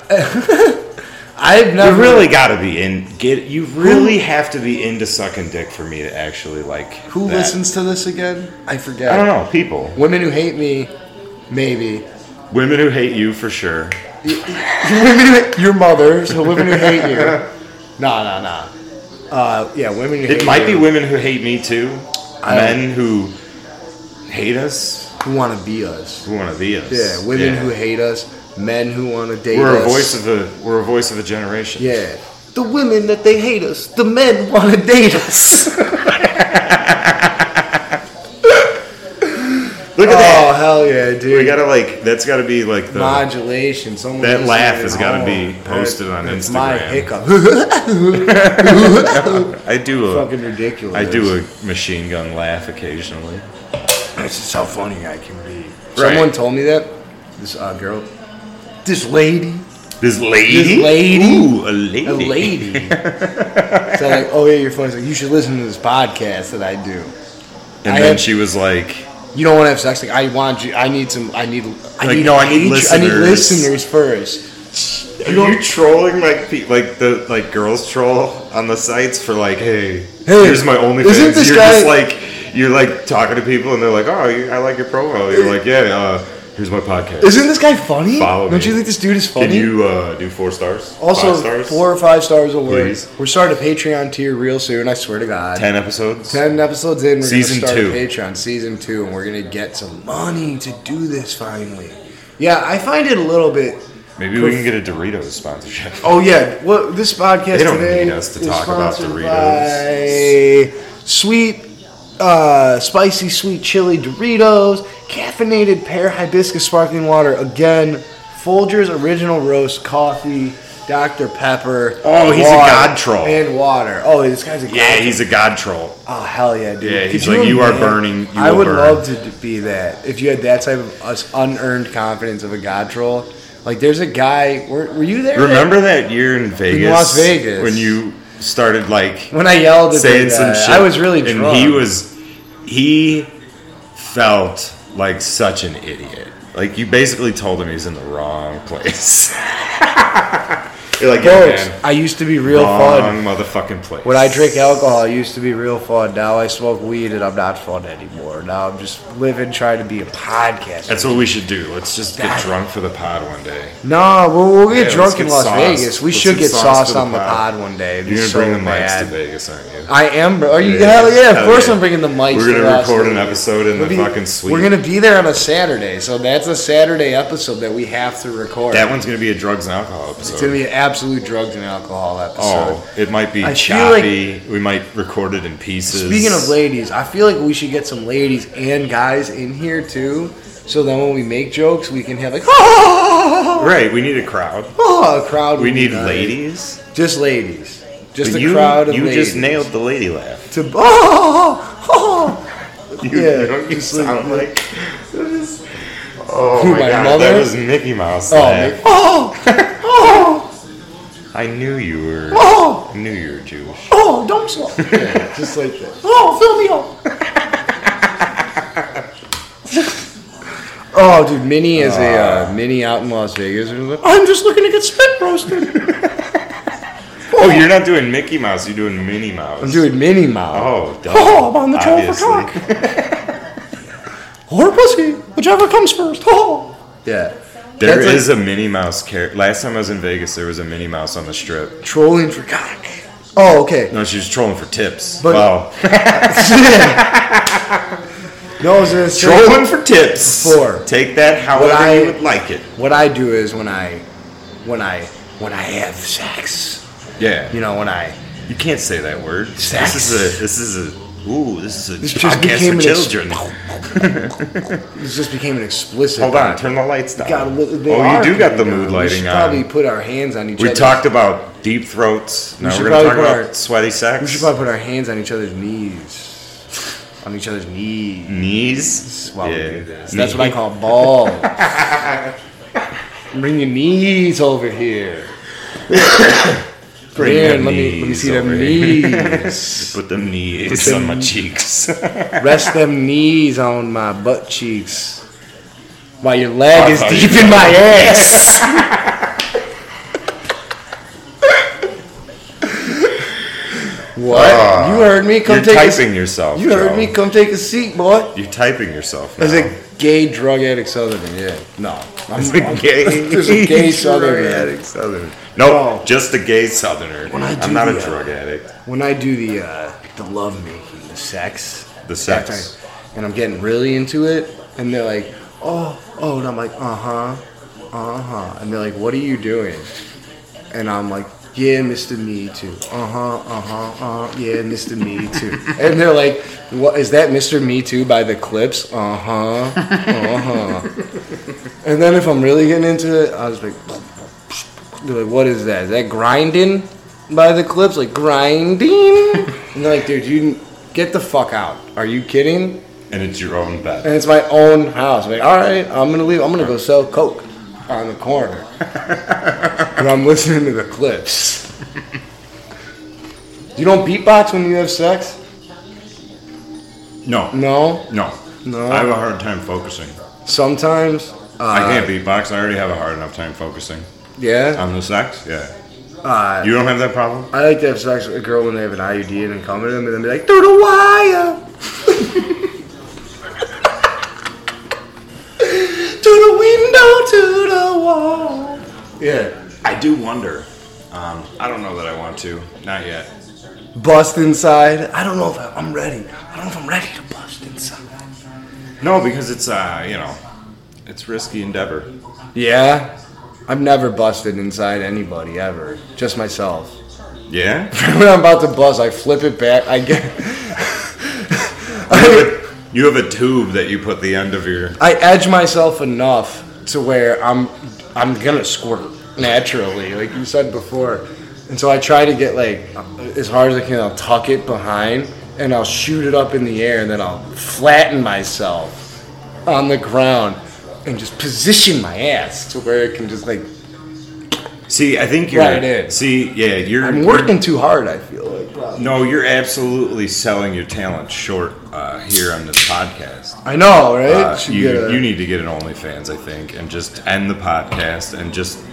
I've never You really got to be in. Get you really have to be into sucking dick for me to actually like. Who that. listens to this again? I forget. I don't know. People, Women who hate me, maybe. women who hate you for sure. women who, your mother, so women who hate you. Nah, nah, nah. Uh, yeah, women who hate It might be you women who hate me too. I- Men who hate us who want to be us. who want to be us. Yeah, women who hate us, men who want to date We're us. a voice of a we're a voice of a generation. yeah, the women that they hate us, the men want to date us. Look at that. oh hell yeah, dude! We gotta like that's gotta be like the modulation. Someone That listening laugh at has gotta be home. posted on That's My Instagram. hiccup. I do a I Fucking ridiculous. do a machine gun laugh occasionally. That's just how funny I can be. Right. Someone told me that. This uh, girl. This lady. This lady, This lady? ooh, a lady, A lady. so like, oh yeah, your phone's like, you should listen to this podcast that I do. and I then have- she was like, You don't want to have sex. Like, I want you. I need some. I need. I Like, need. no, I need patr- I need listeners. listeners first. "Are you trolling like pe- like the like girls troll on the sites for like, hey, Hey, here's my only isn't this You're guy- just like you're like talking to people and they're like, oh, you, I like your profile. You're like, yeah, uh, here's my podcast. Isn't this guy funny? Follow don't me. you think this dude is funny? Can you uh, do four stars? also, Five stars? four or five stars will work. Please. We're starting a Patreon tier real soon. I swear to God. ten episodes. 10 episodes in, we're Season gonna start two. a Patreon season two, and we're gonna get some money to do this finally. Yeah, I find it a little bit. Maybe we can get a Doritos sponsorship. Oh yeah, well, this podcast They don't today need us to is talk about sponsored Doritos. by sweet, uh, spicy sweet chili Doritos, caffeinated pear hibiscus sparkling water again, Folgers original roast coffee. Dr. Pepper. Oh, he's a water, god troll. And water. Oh, this guy's a god Yeah, he's a god troll. Oh hell yeah, dude! Yeah, he's Could like, "You are imagine- burning, you I will would burn." love to d- be that. If you had that type of us unearned confidence of a god troll, like there's a guy. Were, were you there? Remember that year in Vegas? Las Vegas. When you started like when I yelled at saying the some guy, shit. I was really and drunk. he was he felt like such an idiot. Like you basically told him he's in the wrong place. You're like, yeah, Folks, man. I used to be real fun. Wrong motherfucking place. When I drink alcohol, I used to be real fun. Now I smoke weed and I'm not fun anymore. Now I'm just living trying to be a podcaster. That's what we should do. Let's just get drunk for the pod one day. no, we'll, we'll Yeah, get let's drunk in get Las sauced. Vegas. We Let's should get get sauced sauced for the on the pod. pod one day. It'd be You're gonna so bring the mics to bad. Vegas, aren't you? I am, bro. Are you? Yeah. Hell yeah! Of Hell course, yeah. I'm bringing the mics. We're to gonna Las record an Vegas. episode in We'll the be- fucking suite. We're gonna be there on a Saturday, so that's a Saturday episode that we have to record. That one's gonna be a drugs and alcohol it's gonna episode. be an absolute drugs and alcohol episode. Oh, it might be I feel like- choppy. we might record it in pieces. Speaking of ladies, I feel like we should get some ladies and guys in here too, so then when we make jokes, we can have like oh, right, we need a crowd. oh a crowd. We would be need nice. ladies. just ladies, just But a you, crowd of you ladies. just nailed the lady laugh. to Ah, oh, oh. You, Yeah, know what you just like- sound like. Oh Who, my, my god, mother? that was Mickey Mouse. Oh, laugh. man. oh, oh, I knew you were. oh, I knew you were Jewish. oh, don't stop. Yeah, just like that. Oh, fill me up. oh, dude, Minnie is a uh, Minnie out in Las Vegas. and like, I'm just looking to get spit roasted. Oh, you're not doing Mickey Mouse. You're doing Minnie Mouse. I'm doing Minnie Mouse. Oh, duh, Oh, I'm on the troll for obviously. cock. Or pussy, whichever comes first. Oh. Yeah. There That's like- is a Minnie Mouse character. Last time I was in Vegas, there was a Minnie Mouse on the strip. Trolling for cock. Oh, okay. No, she was trolling for tips. But- wow, no, I was gonna say- trolling for tips. Four. Take that however What I- you would like it. What I do is when I, when I, when I have sex, Yeah, you know, when I. you can't say that word. Sex. This is a. This is a. Ooh, this is a This just podcast became for an ex- children. This just became an explicit. Hold on, turn the lights down. God, look, they oh, are you do got the coming mood down. we lighting should on. Probably put our hands on each we other. talked about deep throats. Now should we're gonna probably talk put about our- sweaty sex. We should probably put our hands on each other's knees. On each other's knees. knees. While we do this. That's what I call balls. Bring your knees over here. Bring Here, them let me let me knees see them over here. knees. Put them knees them- on my cheeks. Rest them knees on my butt cheeks. While your leg I is thought deep you- in my ass. what? you heard me. Come Ah, You're take typing a yourself. You heard Joe. me. Come take a seat, boy. You're typing yourself. Now. As a gay drug addict Southern, yeah. No. I'm, As a gay, As a gay Southerner. drug addict Southerner. No, No. just a gay Southerner. I do I'm not a the, uh, drug addict. when I do the uh, the love making, the sex, The sex. I- and I'm getting really into it, and they're like, oh, oh, and I'm like, uh huh, uh huh, and they're like, what are you doing? And I'm like, yeah, Mr. Me Too, uh huh, uh huh, uh, yeah, Mr. Me Too, and they're like, what is that, Mr. Me Too by the Clips, uh huh, uh huh, and then if I'm really getting into it, I was like. They're like, what is that? Is that grinding by the clips? Like grinding? and they're like, dude, you get the fuck out. Are you kidding? And it's your own bed. And it's my own house. I'm like, all right, I'm gonna leave. I'm gonna go sell coke on the corner. but I'm listening to the clips. You don't beatbox when you have sex? No, No. no, No. I have a hard time focusing. Sometimes. Uh, I can't beatbox. I already have a hard enough time focusing Yeah. on the sex. Yeah, Uh, you don't have that problem. I like to have sex with a girl when they have an IUD and then come to them and then be like, through the wire! to the window, to the wall. Yeah. I do wonder. Um, I don't know that I want to. Not yet. Bust inside. I don't know if I- I'm ready. I don't know if I'm ready to bust inside. No, because it's uh, you know, it's risky endeavor. Yeah. I've never busted inside anybody ever. Just myself. Yeah. when I'm about to bust, I flip it back. I get. You have a- you have a tube that you put the end of your. I edge myself enough to where I'm I'm gonna squirt naturally, like you said before. And so I try to get like as hard as I can. I'll tuck it behind and I'll shoot it up in the air, and then I'll flatten myself on the ground and just position my ass to where it can just like See, I think you're. Right in. See, yeah, you're. I'm working too hard. I feel like probably. No, you're absolutely selling your talent short uh, here on this podcast. I know, right? Uh, Should you, get a- you need to get an OnlyFans, I think, and just end the podcast and just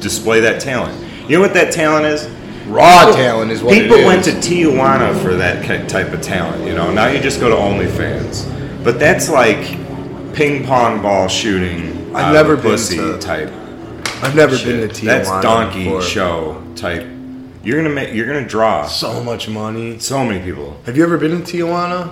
display that talent. You know what that talent is? Raw talent is what People it is. went to Tijuana for that ki- type of talent, you know. Now you just go to OnlyFans, but that's like ping pong ball shooting. out of I've never a been pussy to type. I've never been shit. to Tijuana. That's donkey before. show type. You're gonna make. You're gonna draw So much money. so many people. Have you ever been to Tijuana?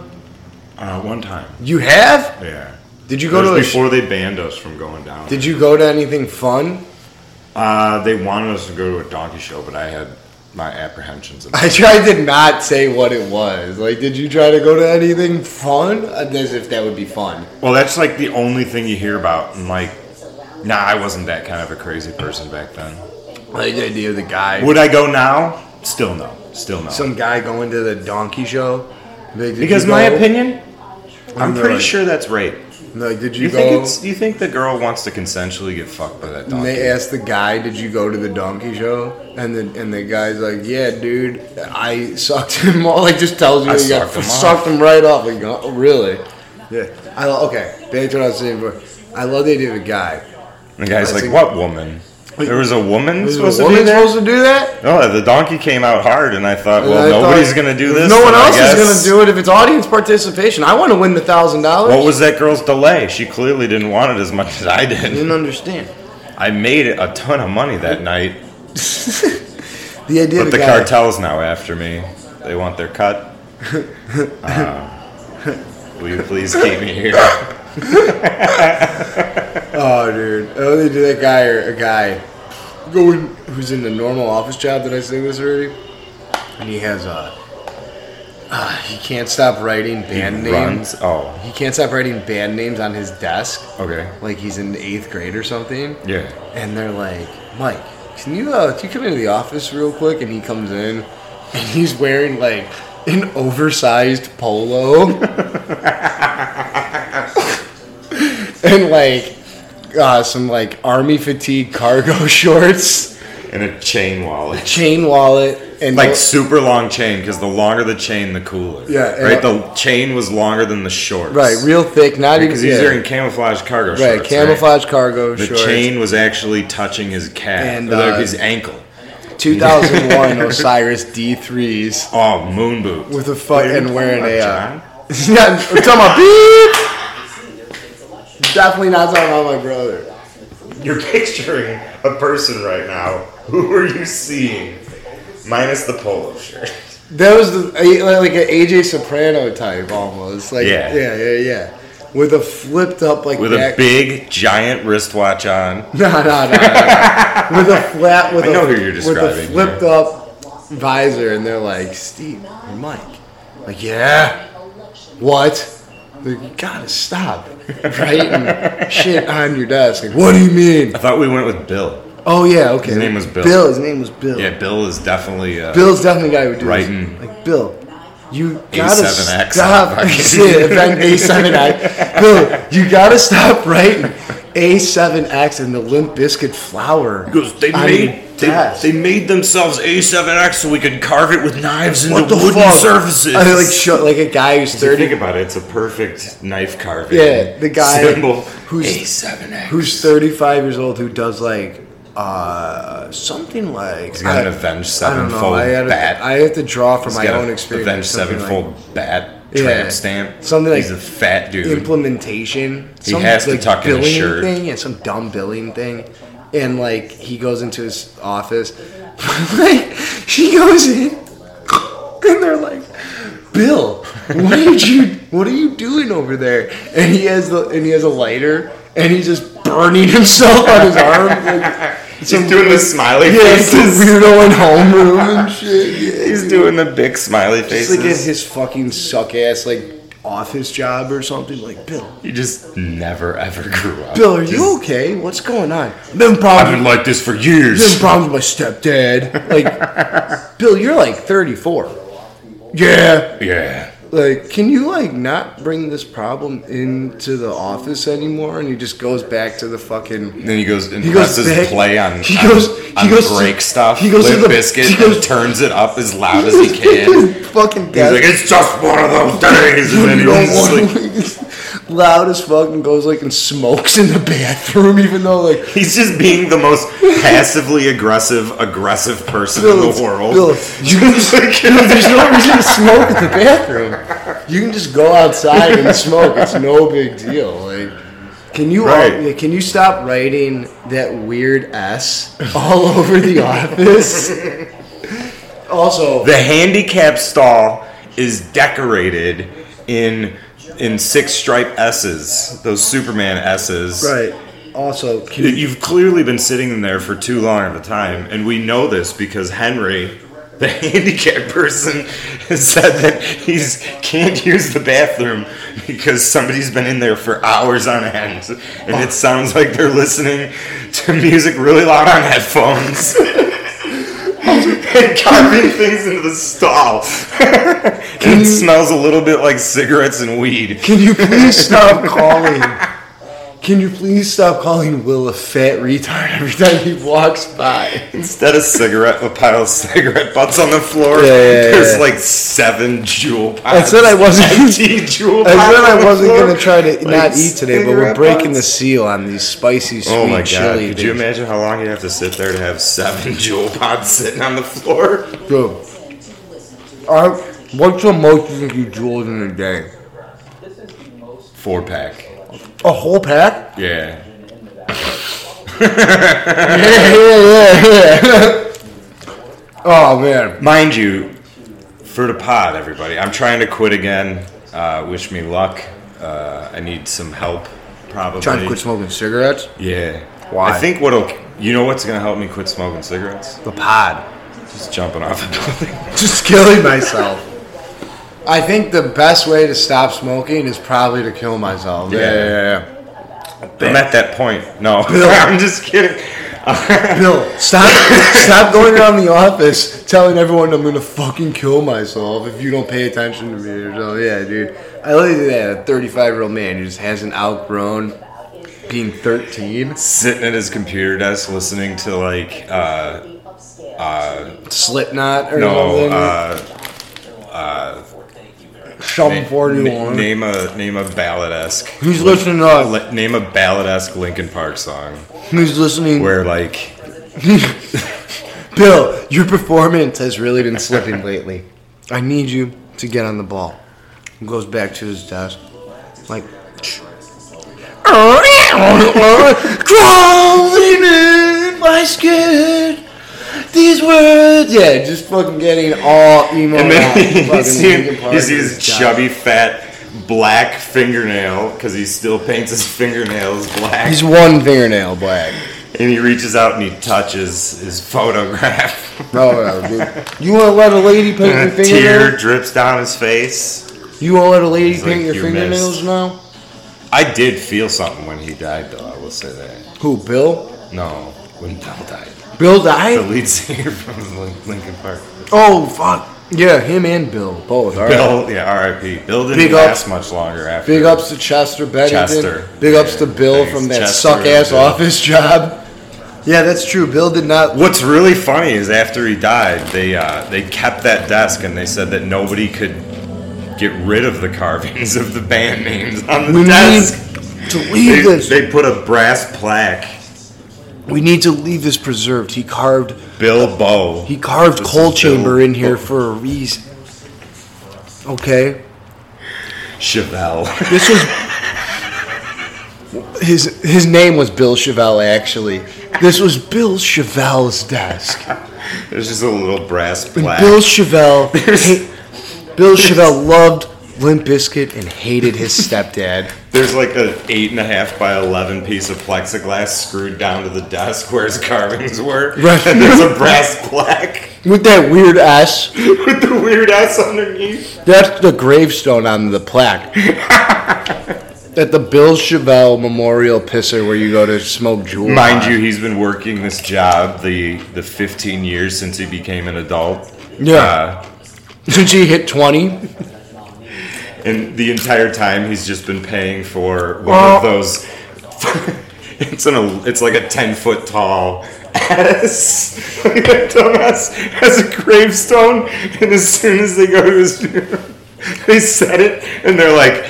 Uh, one time. You have? Yeah. Did you That go to? A was sh- before they banned us from going down. did you go to anything fun? Uh, they wanted us to go to a donkey show, but I had my apprehensions. About I tried to not say what it was. Like, did you try to go to anything fun? As if that would be fun. Well, that's like the only thing you hear about, and like, nah, I wasn't that kind of a crazy person back then. Like the idea of the guy, Would I go now? Still no, still no. some guy going to the donkey show. Like, did because you my go? opinion, I'm And they're pretty like- sure that's rape. Like, did you, You go? think it's? You think the girl wants to consensually get fucked by that And donkey? they asked the guy, "Did you go to the donkey show?" And the and the guy's like, "Yeah, dude, I sucked him off." Like, just tells you I he got sucked him off. sucked him right off. Like, oh, really? Yeah. I lo- okay. That's what I was saying. Before. I love the idea of a guy. the guy's I like, think- "What woman? There was a woman Is a supposed to woman do that." supposed to do that? No, Oh, the donkey came out hard, and I thought, And I "Well, nobody's thought, gonna do if this. No one then I else is guess- gonna do it. If it's audience participation, I want to win the thousand What dollars. was that girl's delay? She clearly didn't want it as much as I did. I didn't understand. I made a ton of money that night, The idea but of the a guy. cartel's now after me. They want their cut. Uh, will you please keep me here? Oh, dude. Oh, they do that guy or a guy going who's in the normal office job. Did I say this already? And he has a. Uh, he can't stop writing band He names. runs. Oh, He can't stop writing band names on his desk. okay. Like he's in eighth grade or something. Yeah. And they're like, Mike, can you uh, can you come into the office real quick? And he comes in, and he's wearing like an oversized polo, and like uh, some like army fatigue cargo shorts, And a chain wallet. chain wallet, and Like super long chain, because the longer the chain, the cooler. Yeah, and- Right? The chain was longer than the shorts. right, real thick, not even Because he's yeah. wearing camouflage cargo shorts. right camouflage cargo The shorts. chain was actually touching his calf, And, or like uh, his ankle. 2001 Osiris D3s. Oh, moon boot. With a foot Dude, and wearing come on, a, uh, John. yeah, we're talking about beep. Definitely not talking about my brother. You're picturing a person right now. Who are you seeing? Minus the polo shirt. That was the a- like an AJ Soprano type almost. Like Yeah. yeah, yeah, yeah. yeah. With a flipped up like With that- a big, giant wristwatch on. No, no, no, no, no. With a flat with I a know who you're with describing a flipped up visor, and they're like Steve or Mike. Like yeah, what? Like, you gotta stop writing shit on your desk. Like, what do you mean? I thought we went with Bill. Oh yeah, okay. His name was Bill. Bill. His name was Bill. Yeah, Bill is definitely. Uh, Bill's definitely the guy who would do Writing. this. Like Bill, you gotta A7X stop. on the fucking- Yeah, back to A7X. Bill, you gotta stop writing A7X and the Limp Biscuit flower. Because they on your made they, desk. they made themselves A7X so we could carve it with knives into what the wooden fuck? surfaces. I mean, like show, like a guy who's If you think thirty, about it, it's a perfect knife carving. Yeah, the guy symbol who's- A7X. who's thirty-five years old, who does like uh something like He's got an Avenged I don't know. Sevenfold I, had bat. I have to draw from He's my got own a experience. Avenged something like- Sevenfold bat Yeah. tramp stamp. Something like He's a fat dude. implementation. He has to tuck in his billing shirt. Thing, yeah, some dumb billing thing. And like he goes into his office, like she goes in, and they're like, "Bill, what did you? What are you doing over there?" And he has the and he has a lighter, and he's just burning himself on his arm. Like, He's doing the smiley yeah, it's faces. a weirdo in homeroom and shit. Yeah. He's doing the big smiley Just like at faces. his fucking suck ass like office job or something. Like Bill, You just never ever grew up. Bill, are you Just- okay? What's going on? Been I've problems. been like this for Been years. problems with my stepdad. Like, Bill, you're like 34. Yeah. Yeah. Like, can you like not bring this problem into the office anymore? And he just goes back to the fucking. Then he goes and He goes presses back- play on, he on- goes- on, he on goes to- break stuff, he goes to Limp the- Biscuit, he goes- and turns it up as loud as he can. fucking He's death. like, it's just one of those days, and then You he don't was want like, to leave. loud as fuck and goes like and smokes in the bathroom, even though like he's just being the most passively aggressive, aggressive person in Bill, the world. Bill, you can just, Like- you know, there's no reason to smoke in the bathroom. You can just go outside and smoke. It's no big deal. Like, can you all- Right. yeah, can you stop writing that weird S all over the office? Also, The handicap stall is decorated in in six stripe S's, those Superman S's. right. Also, can you, You've clearly been sitting in there for too long of a time, and we know this because Henry, the handicapped person, has said that he's can't use the bathroom because somebody's been in there for hours on end, and it sounds like they're listening to music really loud on headphones. and carving things into the stall. and it smells a little bit like cigarettes and weed. can you please stop calling? Can you please stop calling Will a fat retard every time he walks by? Instead of cigarette, a pile of cigarette butts on the floor, Yeah, yeah, yeah, there's yeah. like seven jewel pods. I said I wasn't- Empty jewel I pods said on I the wasn't floor, gonna try to like not eat today, but we're cigarette breaking the butts. seal on these spicy sweet Oh my god! chili. Could you things. imagine how long you'd have to sit there to have seven jewel pods sitting on the floor? Bro, I, what's the most you can do jewels in a day? Four pack. A whole pack? Yeah. yeah, yeah, yeah. oh man, Mind you, for the pod, everybody, I'm trying to quit again. Uh, wish me luck. Uh, I need some help, probably. trying to quit smoking cigarettes? Yeah. Why? I think what'll you know what's gonna help me quit smoking cigarettes? The pod. Just jumping off a building. Just killing myself. I think the best way to stop smoking is probably to kill myself. Yeah. yeah, I'm at that point. No, Bill. I'm just kidding. yeah. Bill, stop, stop going around the office telling everyone I'm gonna fucking kill myself if you don't pay attention to me. Or so yeah, dude. I look at that 35 year old man who just hasn't outgrown being 13. Sitting at his computer desk, listening to like uh, uh, Slipknot or no, something. uh, Shum n- 41. name a name a ballad esque. He's listening to us. Name a ballad esque Linkin Park song Who's listening? where like Bill, your performance has really been slipping lately. I need you to get on the ball. He goes back to his desk. Like, crawling in my skin. These words, yeah, just fucking getting all emo. And then out. you see, Linkin him- Park you see is his done. chubby, fat, black fingernail because he still paints his fingernails black. He's one fingernail black. and he reaches out and he touches his photograph. No, no, Oh, dude. You want to let a lady paint And your a tear fingernails? drips down his face. You want to let a lady He's paint like, your "You fingernails missed." now? I did feel something when he died, though. I will say that. Who, Bill? No, when Bill died, Bill the died? lead singer from Lin- Linkin Park. Oh, fuck. Yeah, him and Bill. Both. All right. Bill, yeah, R.I.P. Bill didn't Big up- last much longer after. Big ups to Chester Bennington. Chester. Big ups to Yeah, Bill thanks. from that Chester suck ass and Bill. office job. Yeah, that's true. Bill did not. What's really funny is after he died, they uh, they kept that desk and they said that nobody could get rid of the carvings of the band names on the We desk. need to They, leave this. they put a brass plaque. We need to leave this preserved. He carved. Bill Bow. He carved This is coal Bill. chamber in here for a reason. Okay, Chevelle. this was. His his name was Bill Chevelle. Actually, this was Bill Chevelle's desk. There's just a little brass plaque. Bill Chevelle. ha- Bill Chevelle loved Limp Bizkit and hated his stepdad. There's like an eight and a half by eleven piece of plexiglass screwed down to the desk where his carvings were. Right. And there's a brass plaque With that weird ass, with the weird ass underneath. that's the gravestone on the plaque. At the Bill Chevelle Memorial Pisser where you go to smoke jewel. Mind you, he's been working this job the the 15 years since he became an adult. Yeah. Uh, Did she hit 20? and the entire time he's just been paying for one Well- of those. it's an it's like a 10 foot tall ass. that dumbass has a gravestone, and as soon as they go to his funeral, they said it, and they're like,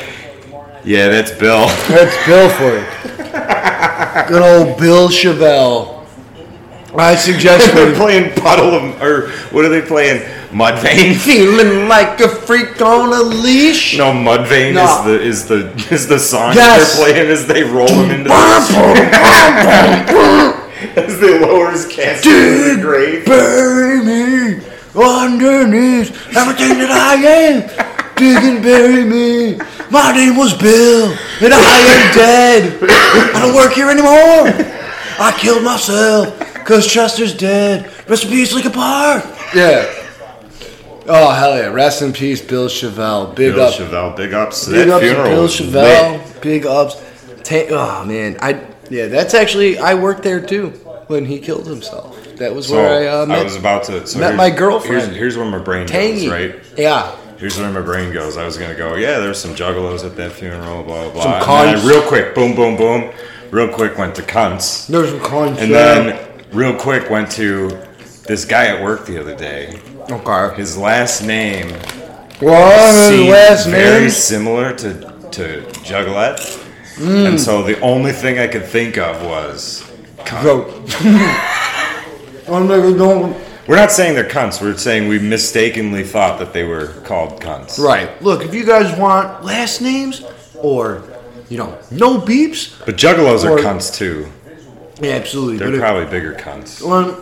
"Yeah, that's Bill." That's Bill for you. Good old Bill Chevelle. I suggest they're we playing puddle of, or what are they playing? Mudvayne. feeling like a freak on a leash. No, Mudvayne No. is the is the is the song Yes. they're playing as they roll him into the, as they lower his casket into the grave. bury me underneath everything that I am. Dig and bury me. My name was Bill, and I am dead. I don't work here anymore. I killed myself because Chester's dead. Rest in peace, Lincoln Park. Yeah. Oh, hell yeah. Rest in peace, Bill Chevelle. Big Bill up. Chevelle, big ups to Big that ups to funeral. Bill was Chevelle. lit. Big ups. Ta- oh man, I yeah, that's actually I worked there too when he killed himself. That was So, where I uh, met. Oh, was about to so met here's- my girlfriend. Here's, here's where my brain Tangy, goes, right? Yeah, Here's where my brain goes. I was gonna go, yeah, there's some juggalos at that funeral, blah blah blah. Some And cunts. then I real quick, boom, boom, boom. Real quick went to cunts. there's some cons. And then real quick went to this guy at work the other day. okay, His last name well, Oh, his seemed last very name. similar to to Juggalette. Mm. And so the only thing I could think of was cunt. Go. I'm never going. We're not saying they're cunts. We're saying we mistakenly thought that they were called cunts. Right. Look, if you guys want last names or you know no beeps, But juggalos Or- are cunts too. yeah, absolutely. They're but if- probably bigger cunts. um,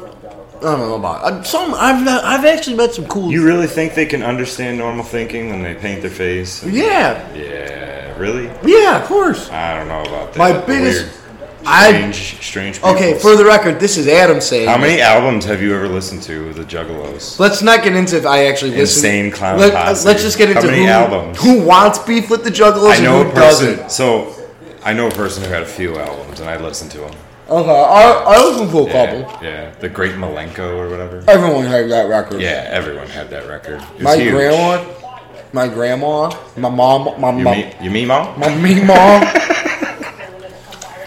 I don't know about uh, some. I've not, I've actually met some cool. You really think they can understand normal thinking when they paint their face? yeah, Yeah, really? yeah, of course. I don't know about that. My biggest- Weird, I strange, strange. People. okay. For the record, this is Adam saying. how many albums have you ever listened to with the Juggalos? Let's not get into if I actually listen. Insane clown Let, posse. us just get How into many who, albums? who wants beef with the Juggalos I know and a who person. doesn't. So, I know a person who had a few albums, and I listened to them. Okay, Uh-huh. I, I listen to a couple. Yeah, yeah. the Great Malenko or whatever. Everyone heard that record. Yeah, everyone had that record. It was my huge. grandma, my grandma, my mom, my You mom, mean, you mean mom? my me mom.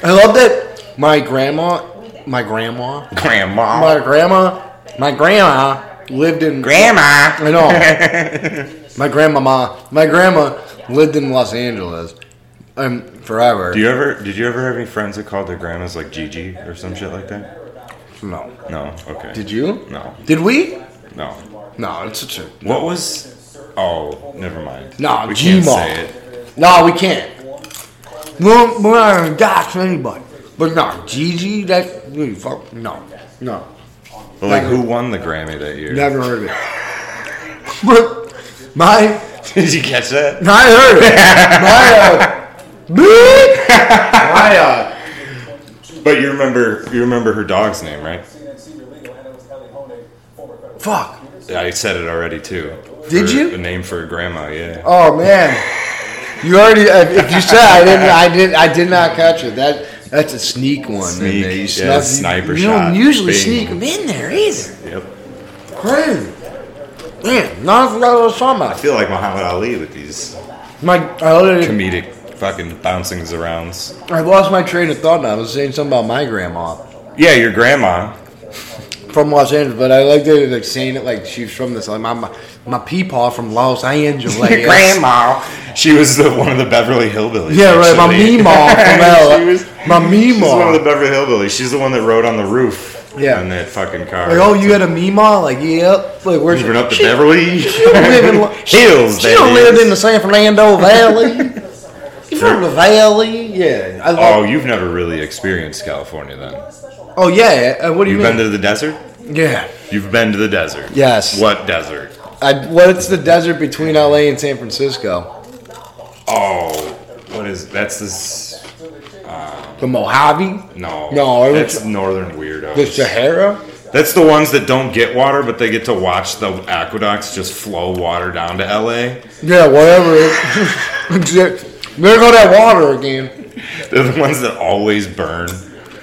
I love that my grandma, my grandma, Grandma. my grandma, my grandma lived in grandma. I know. my grandmama, my grandma lived in Los Angeles, um, forever. Do you ever? Did you ever have any friends that called their grandmas like Gigi or some shit like that? no. No. Okay. Did you? No. Did we? No. No, it's absurd. What was? Oh, never mind. No, we G can't Mall. say it. No, we can't. We don't, we're not gonna dox anybody. But no, Gigi, that we fuck no, no, But like, Never. who won the Grammy that year? never heard of it. But my, Did you catch that? I heard it. My, uh, bleep. my, uh, But you remember, you remember her dog's name, right? fuck. I said it already too. Did For- you? A name for a grandma, yeah. Oh man, you already. uh, If you said I didn't, I did. I did not catch it. That that's a sneak one. in Sneak, there. You yeah, snuck- sniper you, shot. don't usually Bing. sneak them in there either. Yep. Crazy. Man, not what I was talking I about. feel like Muhammad Ali with these My, I already, comedic fucking bouncings arounds. I lost my train of thought. Now I was saying something about my grandma Yeah, your grandma. from Los Angeles, but I like that it, like saying it like she's from this. Like my my, my peepaw from Los Angeles. She was the, one of the Beverly Hillbillies. Yeah, right. My actually. meemaw from She was- L. My She's one of meemaw. the Beverly Hillbillies. She's the one that rode on the roof. Yeah. In that fucking car. Like, oh, you had a meemaw? Like, yep. Like, where's Moving up to She- Beverly She don't live in Lo- Hills. She that don't is. live in the San Fernando Valley. you from the Valley? Yeah. I love, Oh, you've never really experienced California then. oh. yeah. Uh, what do you You've been mean? to the desert? yeah. You've been to the desert. Yes. What desert? I, what's the desert between LA and San Francisco? Oh, what is that's this? The Mojave? No, No, I would- that's northern weirdos. The Sahara? That's the ones that don't get water, but they get to watch the aqueducts just flow water down to LA. Yeah, whatever. Exact- there go that water again. They're the ones that always burn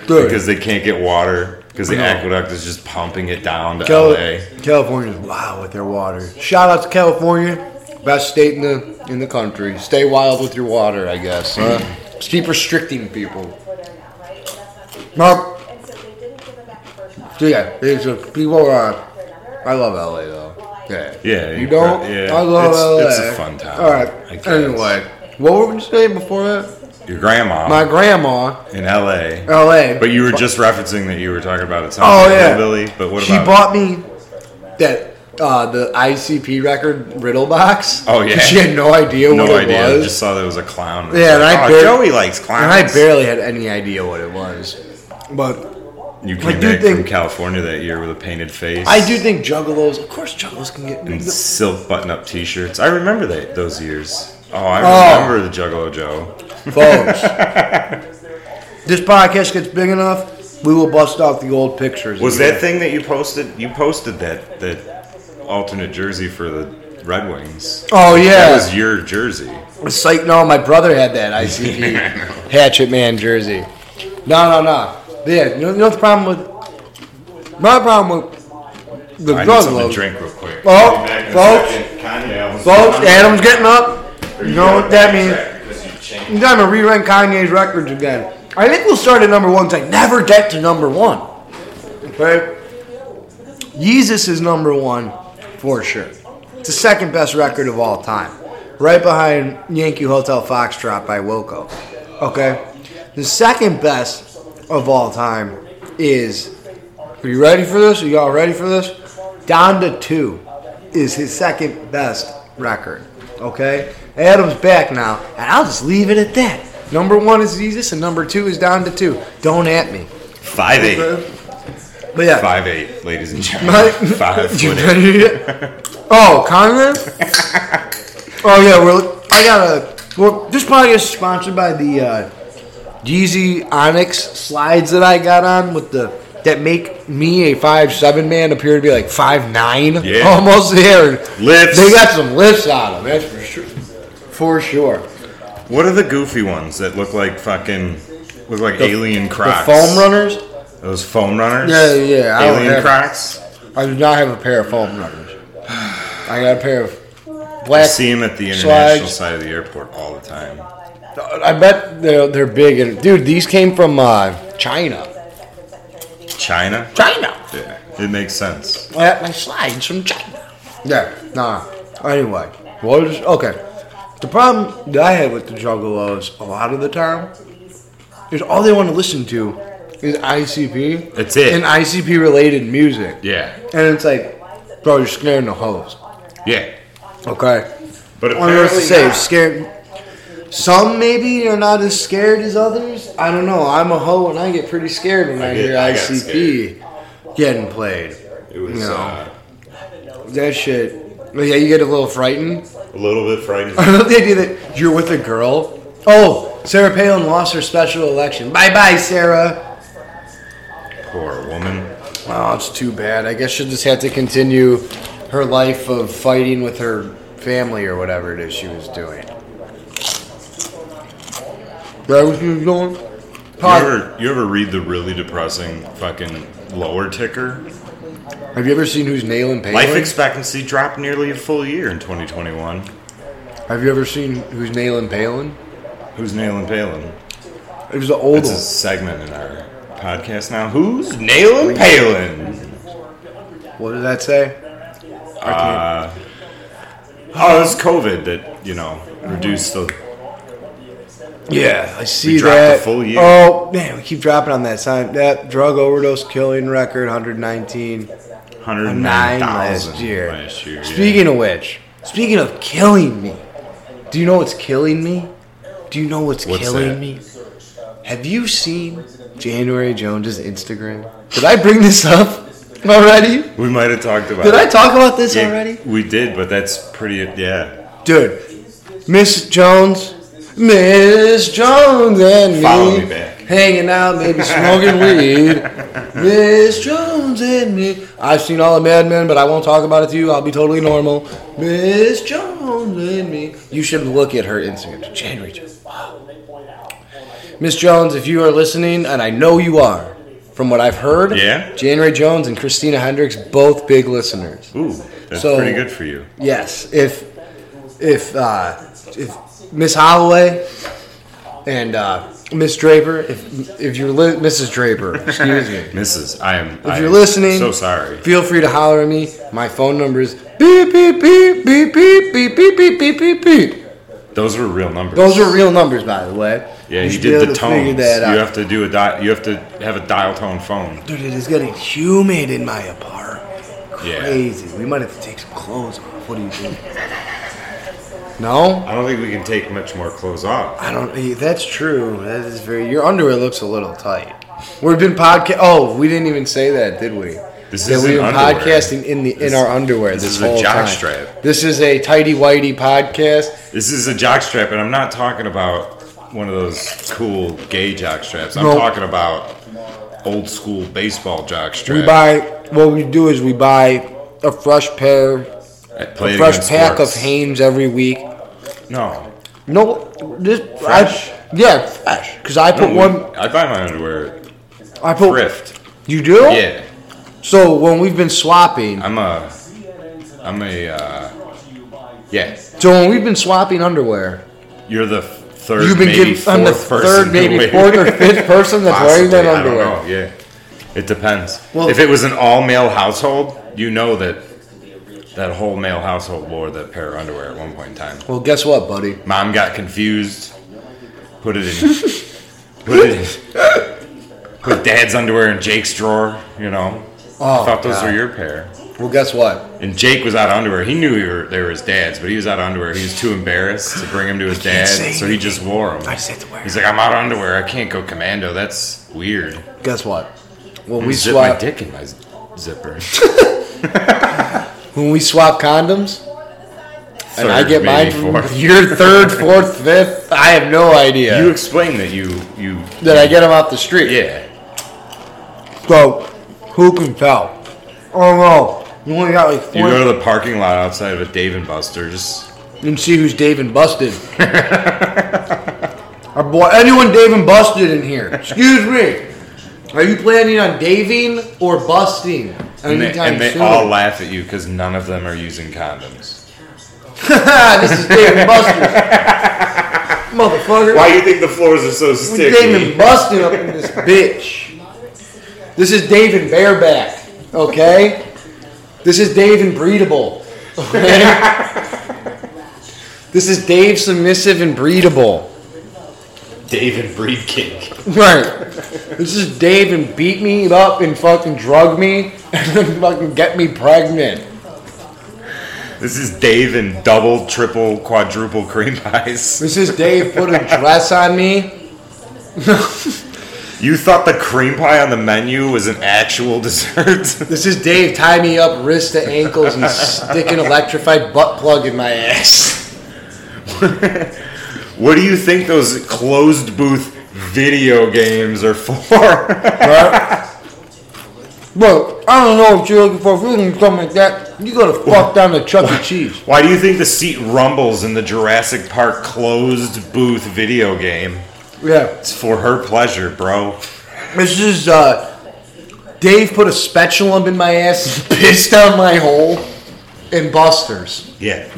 Dude. because they can't get water because the No. aqueduct is just pumping it down to Cal- LA. California's wow with their water. Shout out to California, best state in the in the country. Stay wild with your water, I guess. Huh? Just keep restricting people. Now, So yeah, it's a, people are. I love LA though. Yeah. Yeah, You you don't? pro- yeah. I love It's- LA. it's a fun town, All right. I guess. Anyway, what were we saying before that? Your grandma My grandma, in L.A. LA. Um, But you were just referencing that you were talking about it. Oh like yeah, hillbilly. But what she about? bought me that uh, the ICP record riddle box. Oh, yeah. she had no idea no what idea. it was, Just saw there was a clown. It's Yeah, and I oh, bar- Joey likes and clowns. I barely had any idea what it was. But You I came do back from think- California that year with a painted face. I do think juggalos, of course, juggalos can get. And silk button-up T-shirts. I remember that those years. Oh, I Oh. remember the Juggalo Joe. Folks, this podcast gets big enough, we will bust out the old pictures. Was that thing that you posted? You posted that that alternate jersey for the Red Wings. Oh That yeah, was your jersey. It's like no, my brother had that ICP Hatchet Man jersey. No, no, no. Yeah, you know, you know the problem with my problem with the I need something to Juggalos. drink real quick. Oh, Be back in a folks. second. Kanye album's Folks, coming. Adam's getting up. Or You know what gotta that means? backtrack because you changed. I'm gonna rerun Kanye's records again. I think we'll start at number one. It's like never get to number one. Okay. Yeezus is number one for sure. It's the second best record of all time, right behind Yankee Hotel Foxtrot by Wilco. Okay. The second best of all time is. Are you ready for this? Are y'all ready for this? Down to two is his second best record. Okay? Adam's back now, and I'll just leave it at that. Number one is Jesus, and number two is down to two. Don't at me. Five eight, But yeah. five eight, ladies and My- gentlemen. Five You foot eight. better- oh, Conrad? oh, yeah, well, I got a. Well, this probably is sponsored by the uh, Yeezy Onyx slides that I got on with the. That make me a five seven man appear to be like five nine, Yeah. almost there. Lifts. They got some lifts out of that's for sure. For sure, What are the goofy ones that look like fucking look like alien Crocs? the foam runners. Those foam runners. Yeah, yeah, I don't Alien have- Crocs. I do not have a pair of foam runners. I got a pair of I black see them at the Slides. international side of the airport all the time. I bet they're, they're big. And dude, these came from uh, China. China. China. Yeah, it makes sense. I got my slides from China. Yeah. Nah. Anyway, what is okay? The problem that I had with the Juggalos a lot of the time is all they want to listen to is ICP. That's it. And ICP related music. Yeah, And it's like, bro, you're scaring the hoes. yeah. Okay. But I don't know apparently, to say. Scared. Some maybe are not as scared as others. I don't know. I'm a hoe and I get pretty scared when I, get- hear I got ICP getting played. it was No. uh, That shit. But yeah, you get a little frightened. a little bit frightening. I love the idea that you're with a girl. Oh, Sarah Palin lost her special election. Bye bye, Sarah. Poor woman. Oh, it's too bad. I guess she'll just have to continue her life of fighting with her family or whatever it is she was doing. That was you doing? You ever, you ever read the really depressing fucking lower ticker? Have you ever seen Who's Nailing Palin? Life expectancy dropped nearly a full year in 2021. Have you ever seen Who's Nailing Palin? Who's nailing Palin? It was the old It's a segment in our podcast now. Who's nailing Palin? one. What did that say? Uh, oh, it's COVID that you know reduced the. Yeah, I see We dropped that. a full year. Oh man, we keep dropping on that sign. That drug overdose killing record, 119. 109,000 nine last year. Last year Speaking of which, speaking of killing me, do you know what's killing me? Do you know what's, What's killing that? me? Have you seen January Jones' Instagram? Did I bring this up already? yeah. we might have talked about. Did I it. talk about this Yeah, already? We did, but that's pretty. Yeah, Dude, Miss Jones, Miss Jones and me, Follow me back. hanging out, maybe smoking weed. Miss Jones and me. I've seen all the Mad Men, but I won't talk about it to you. I'll be totally normal. Miss Jones and me. You should look at her Instagram. January Jones. Wow. Miss Jones, if you are listening, and I know you are, from what I've heard, Yeah? January Jones and Christina Hendricks, both big listeners. ooh, that's So- pretty good for you. Yes, if if uh, if Miss Holloway and uh, Miss Draper, if if you're li- Mrs. Draper, excuse me. Mrs. I am. If you're listening, so sorry. Feel free to holler at me. My phone number is beep beep beep beep beep beep beep beep beep beep beep. Those were real numbers. Those are real numbers, by the way. Yeah, you should be did able the to figure tones. that out. You have to do a di- You have to have a dial tone phone. Dude, it is getting humid in my apartment. Yeah. Crazy. We might have to take some clothes off. What do you think? no, I don't think we can take much more clothes off. I don't. eh, That's true. That is very. Your underwear looks a little tight. We've been podcast. Oh, we didn't even say that, did we? This that isn't we've been underwear. podcasting in the This- in our underwear this this, is a whole time. jockstrap. This is a tidy whitey podcast. This is a jockstrap, and I'm not talking about one of those cool gay jockstraps. I'm No. talking about old school baseball jockstrap. We buy. What we do is we buy a fresh pair, I played a fresh against pack Lawrence. of Hanes every week. No, No, this Fresh? I, yeah, fresh. Because I put No, one. I buy my underwear I put. thrift. You do? Yeah, So when we've been swapping, I'm a, I'm a, uh, yeah. so when we've been swapping underwear, You're the third, you've been maybe giving. fourth I'm the person third, to maybe win. fourth or fifth person that's wearing that Possibly, underwear. I don't know. Yeah, it depends. Well- if it was an all male household, you know that that whole male household wore that pair of underwear at one point in time. Well, guess what, buddy? Mom got confused, put it in, put it in, put Dad's underwear in Jake's drawer. You know, Oh, I thought those God. were your pair. Well, guess what? And Jake was out of underwear. He knew we were, they were his dad's, but he was out of underwear. He was too embarrassed to bring him to his dad, say so he just wore them. I just had to wear He's like, I'm out of underwear. I can't go commando. That's weird. Guess what? When we We zip my swap, dick in my z- zipper. when we swap condoms, and I Third, get mine maybe from fourth. your third, fourth, fifth. I have no idea You explain that you you that I get them off the street. yeah. So, who can tell? Oh no, you only got like You four. go to the parking lot outside of a Dave and Buster's. and see who's Dave and Busted. Our boy, anyone Dave and Busted in here? Excuse me. Are you planning on daving or busting And they, anytime and they soon? all laugh at you because none of them are using condoms. this is Dave and Busted, motherfucker. do you think the floors are so we Dave and Busted up in this bitch. This is Dave and Bareback. Okay. This is Dave and Breedable. Okay. this is Dave submissive and breedable. Dave and Breed Cake. Right. This is Dave and beat me up and fucking drug me and then fucking get me pregnant. This is Dave and double, triple, quadruple cream pies. This is Dave put a dress on me. You thought the cream pie on the menu was an actual dessert? This is Dave tie me up wrist to ankles and stick an electrified butt plug in my ass. what do you think those closed booth video games are for? Look, I don't know what you're looking for. If you're looking for something like that, you gotta fuck down to Chuck E. Cheese. Why do you think the seat rumbles in the Jurassic Park closed booth video game? Yeah. It's for her pleasure, bro. This is uh Dave put a spatulum in my ass and pissed down my hole in Busters. Yeah.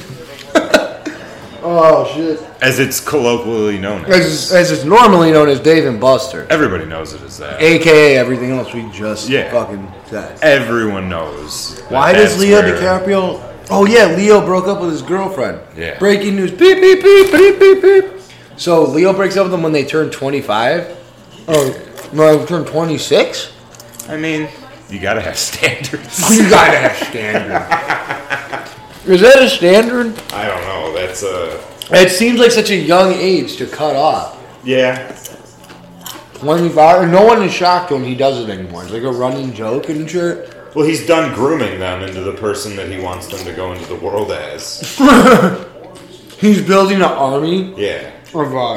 Oh shit. As it's colloquially known as. as, as it's normally known as Dave and Buster, Everybody knows it as that. aka everything else we just Yeah. fucking said. Everyone knows. that Why does that's Leo where- DiCaprio? Oh yeah, Leo broke up with his girlfriend. Yeah. Breaking news. Beep beep beep beep beep beep. So Leo breaks up with them when they turn twenty five. Oh no, they turn twenty six. I mean, you gotta have standards. You gotta have standard. Is that a standard? I don't know. That's uh It seems like such a young age to cut off. yeah. Twenty five. No one is shocked when he does it anymore. It's like a running joke and shit. Well, he's done grooming them into the person that he wants them to go into the world as. He's building an army. Yeah. of uh,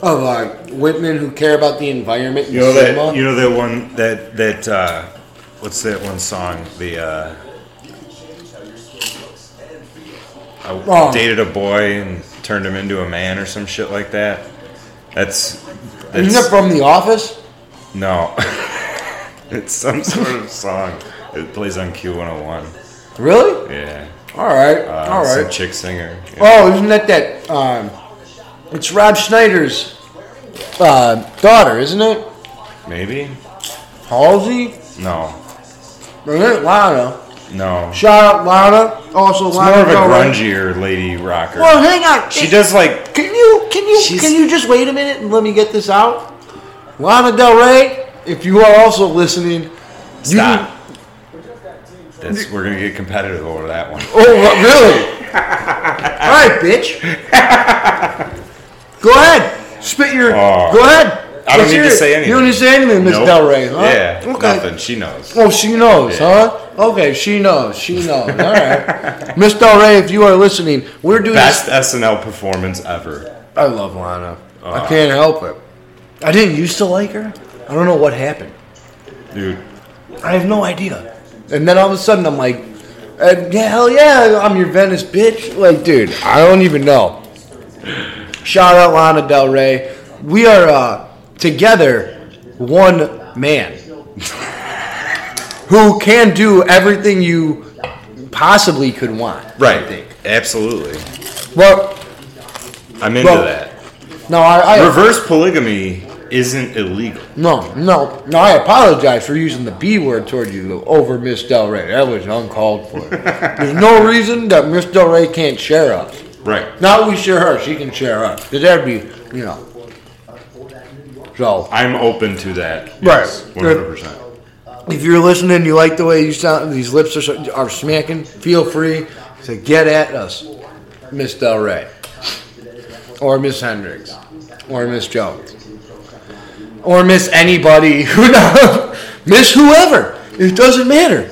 of uh, women who care about the environment. And You know that stigma. you know that one that that uh what's that one song? The uh I Oh. dated a boy and turned him into a man or some shit like that. That's Isn't that's that from The Office? no. it's some sort of song. It plays on Q101. Really? Yeah. All right, Oh, Uh, all Some right. chick singer. Yeah. Oh, isn't that that? Um, it's Rob Schneider's uh, daughter, isn't it? Maybe? Halsey? No. Is it Lana? No. She's Shout out Lana. Also, Lana. more of a Del Rey. grungier lady rocker. Well, hang on. she does like Can you can you She's- can you just wait a minute and let me get this out? Lana Del Rey, if you are also listening, stop. That's, we're gonna get competitive over that one. You, oh, wha- really? All right, bitch. Go ahead, spit your. Oh. go ahead. I don't Let's need hear to it. say anything. You don't need to say anything, Miss Nope. Del Rey. Huh? Yeah, Okay. nothing. She knows. Oh, she knows, Yeah. huh? Okay, she knows. She knows. All right, Miss Del Rey, if you are listening, we're doing. this- Best SNL performance ever. I love Lana. Uh-huh. I can't help it. I didn't used to like her. I don't know what happened. Dude, I have no idea. And then all of a sudden, I'm like, uh, yeah, hell yeah, I'm your Venice bitch. Like, dude, I don't even know. Shout out Lana Del Rey. We are uh, together, one man who can do everything you possibly could want. right. Absolutely. Well, I'm into Well- that. no, I, I Reverse polygamy isn't illegal. No, no, no. I apologize for using the B word toward you over Miss Del Rey. That was uncalled for. There's no reason that Miss Del Rey can't share us. Right. Not we share her, she can share us. Because that'd be, you know. So, I'm open to that. Right. Yes, 100%. if you're listening, you like the way you sound, these lips are, so- are smacking, feel free to get at us, Miss Del Rey. Or Miss Hendricks. Or Miss Jones. Or Miss anybody who knows. Miss whoever. It doesn't matter.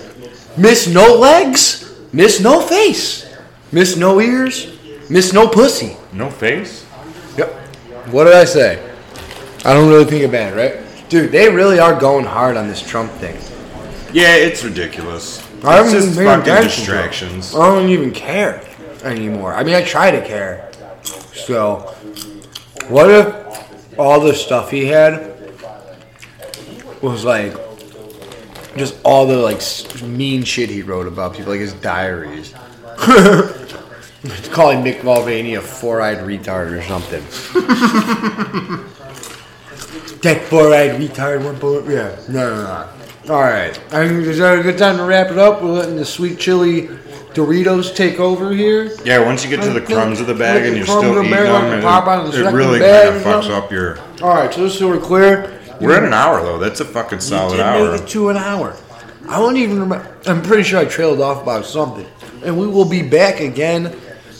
Miss no legs. Miss no face. Miss no ears. Miss no pussy. No face? Yep. What did I say? I don't really think about it, right? Dude, they really are going hard on this Trump thing. Yeah, it's ridiculous. I it's haven't just even paid fucking attention to it. distractions. I don't even care anymore. I mean, I try to care. So, what if all the stuff he had was like just all the like s- mean shit he wrote about people, like his diaries? Calling Mick Mulvaney a four-eyed retard or something. that four-eyed retard one bullet. Yeah, no, no, no. All right. I think is that a good time to wrap it up? We're letting the sweet chili Doritos take over here. Yeah, once you get to the crumbs of the bag Look and at you're crumbs still of the eating bag, like them, the pop out of and the it, it second really bag, kind of you know? fucks up your. All right, so just so we're clear, We're at an hour though. That's a fucking you solid did hour. make it to an hour. I don't even remember. I'm pretty sure I trailed off about something, and we will be back again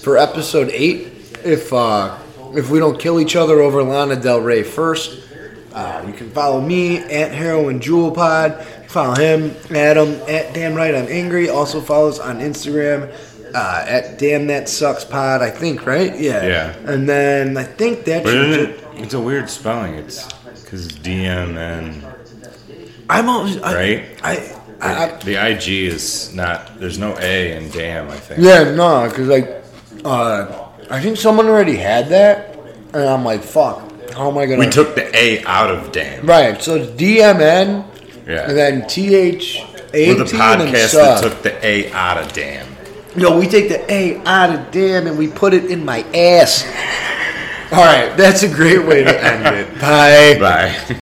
for episode eight if uh, if we don't kill each other over Lana Del Rey first. Uh, you can follow me at Heroin Jewel Pod. Follow him, Adam at Damn Right I'm Angry. Also follow us on Instagram uh, at Damn That Sucks Pod. I think right, yeah. Yeah. And then I think that But should isn't ju- it, it's a weird spelling. It's because DM and I'm always I, Right? I, I, I the IG is not. There's no A in damn. I think. Yeah, no, because like, uh, I think someone already had that, and I'm like, fuck, how am I gonna? We took the A out of damn. right, so it's DMN, Yeah. and then TH We're the podcast that eighteen. took the A out of damn. No, we take the A out of damn and we put it in my ass. All right, that's a great way to end it. Bye. Bye.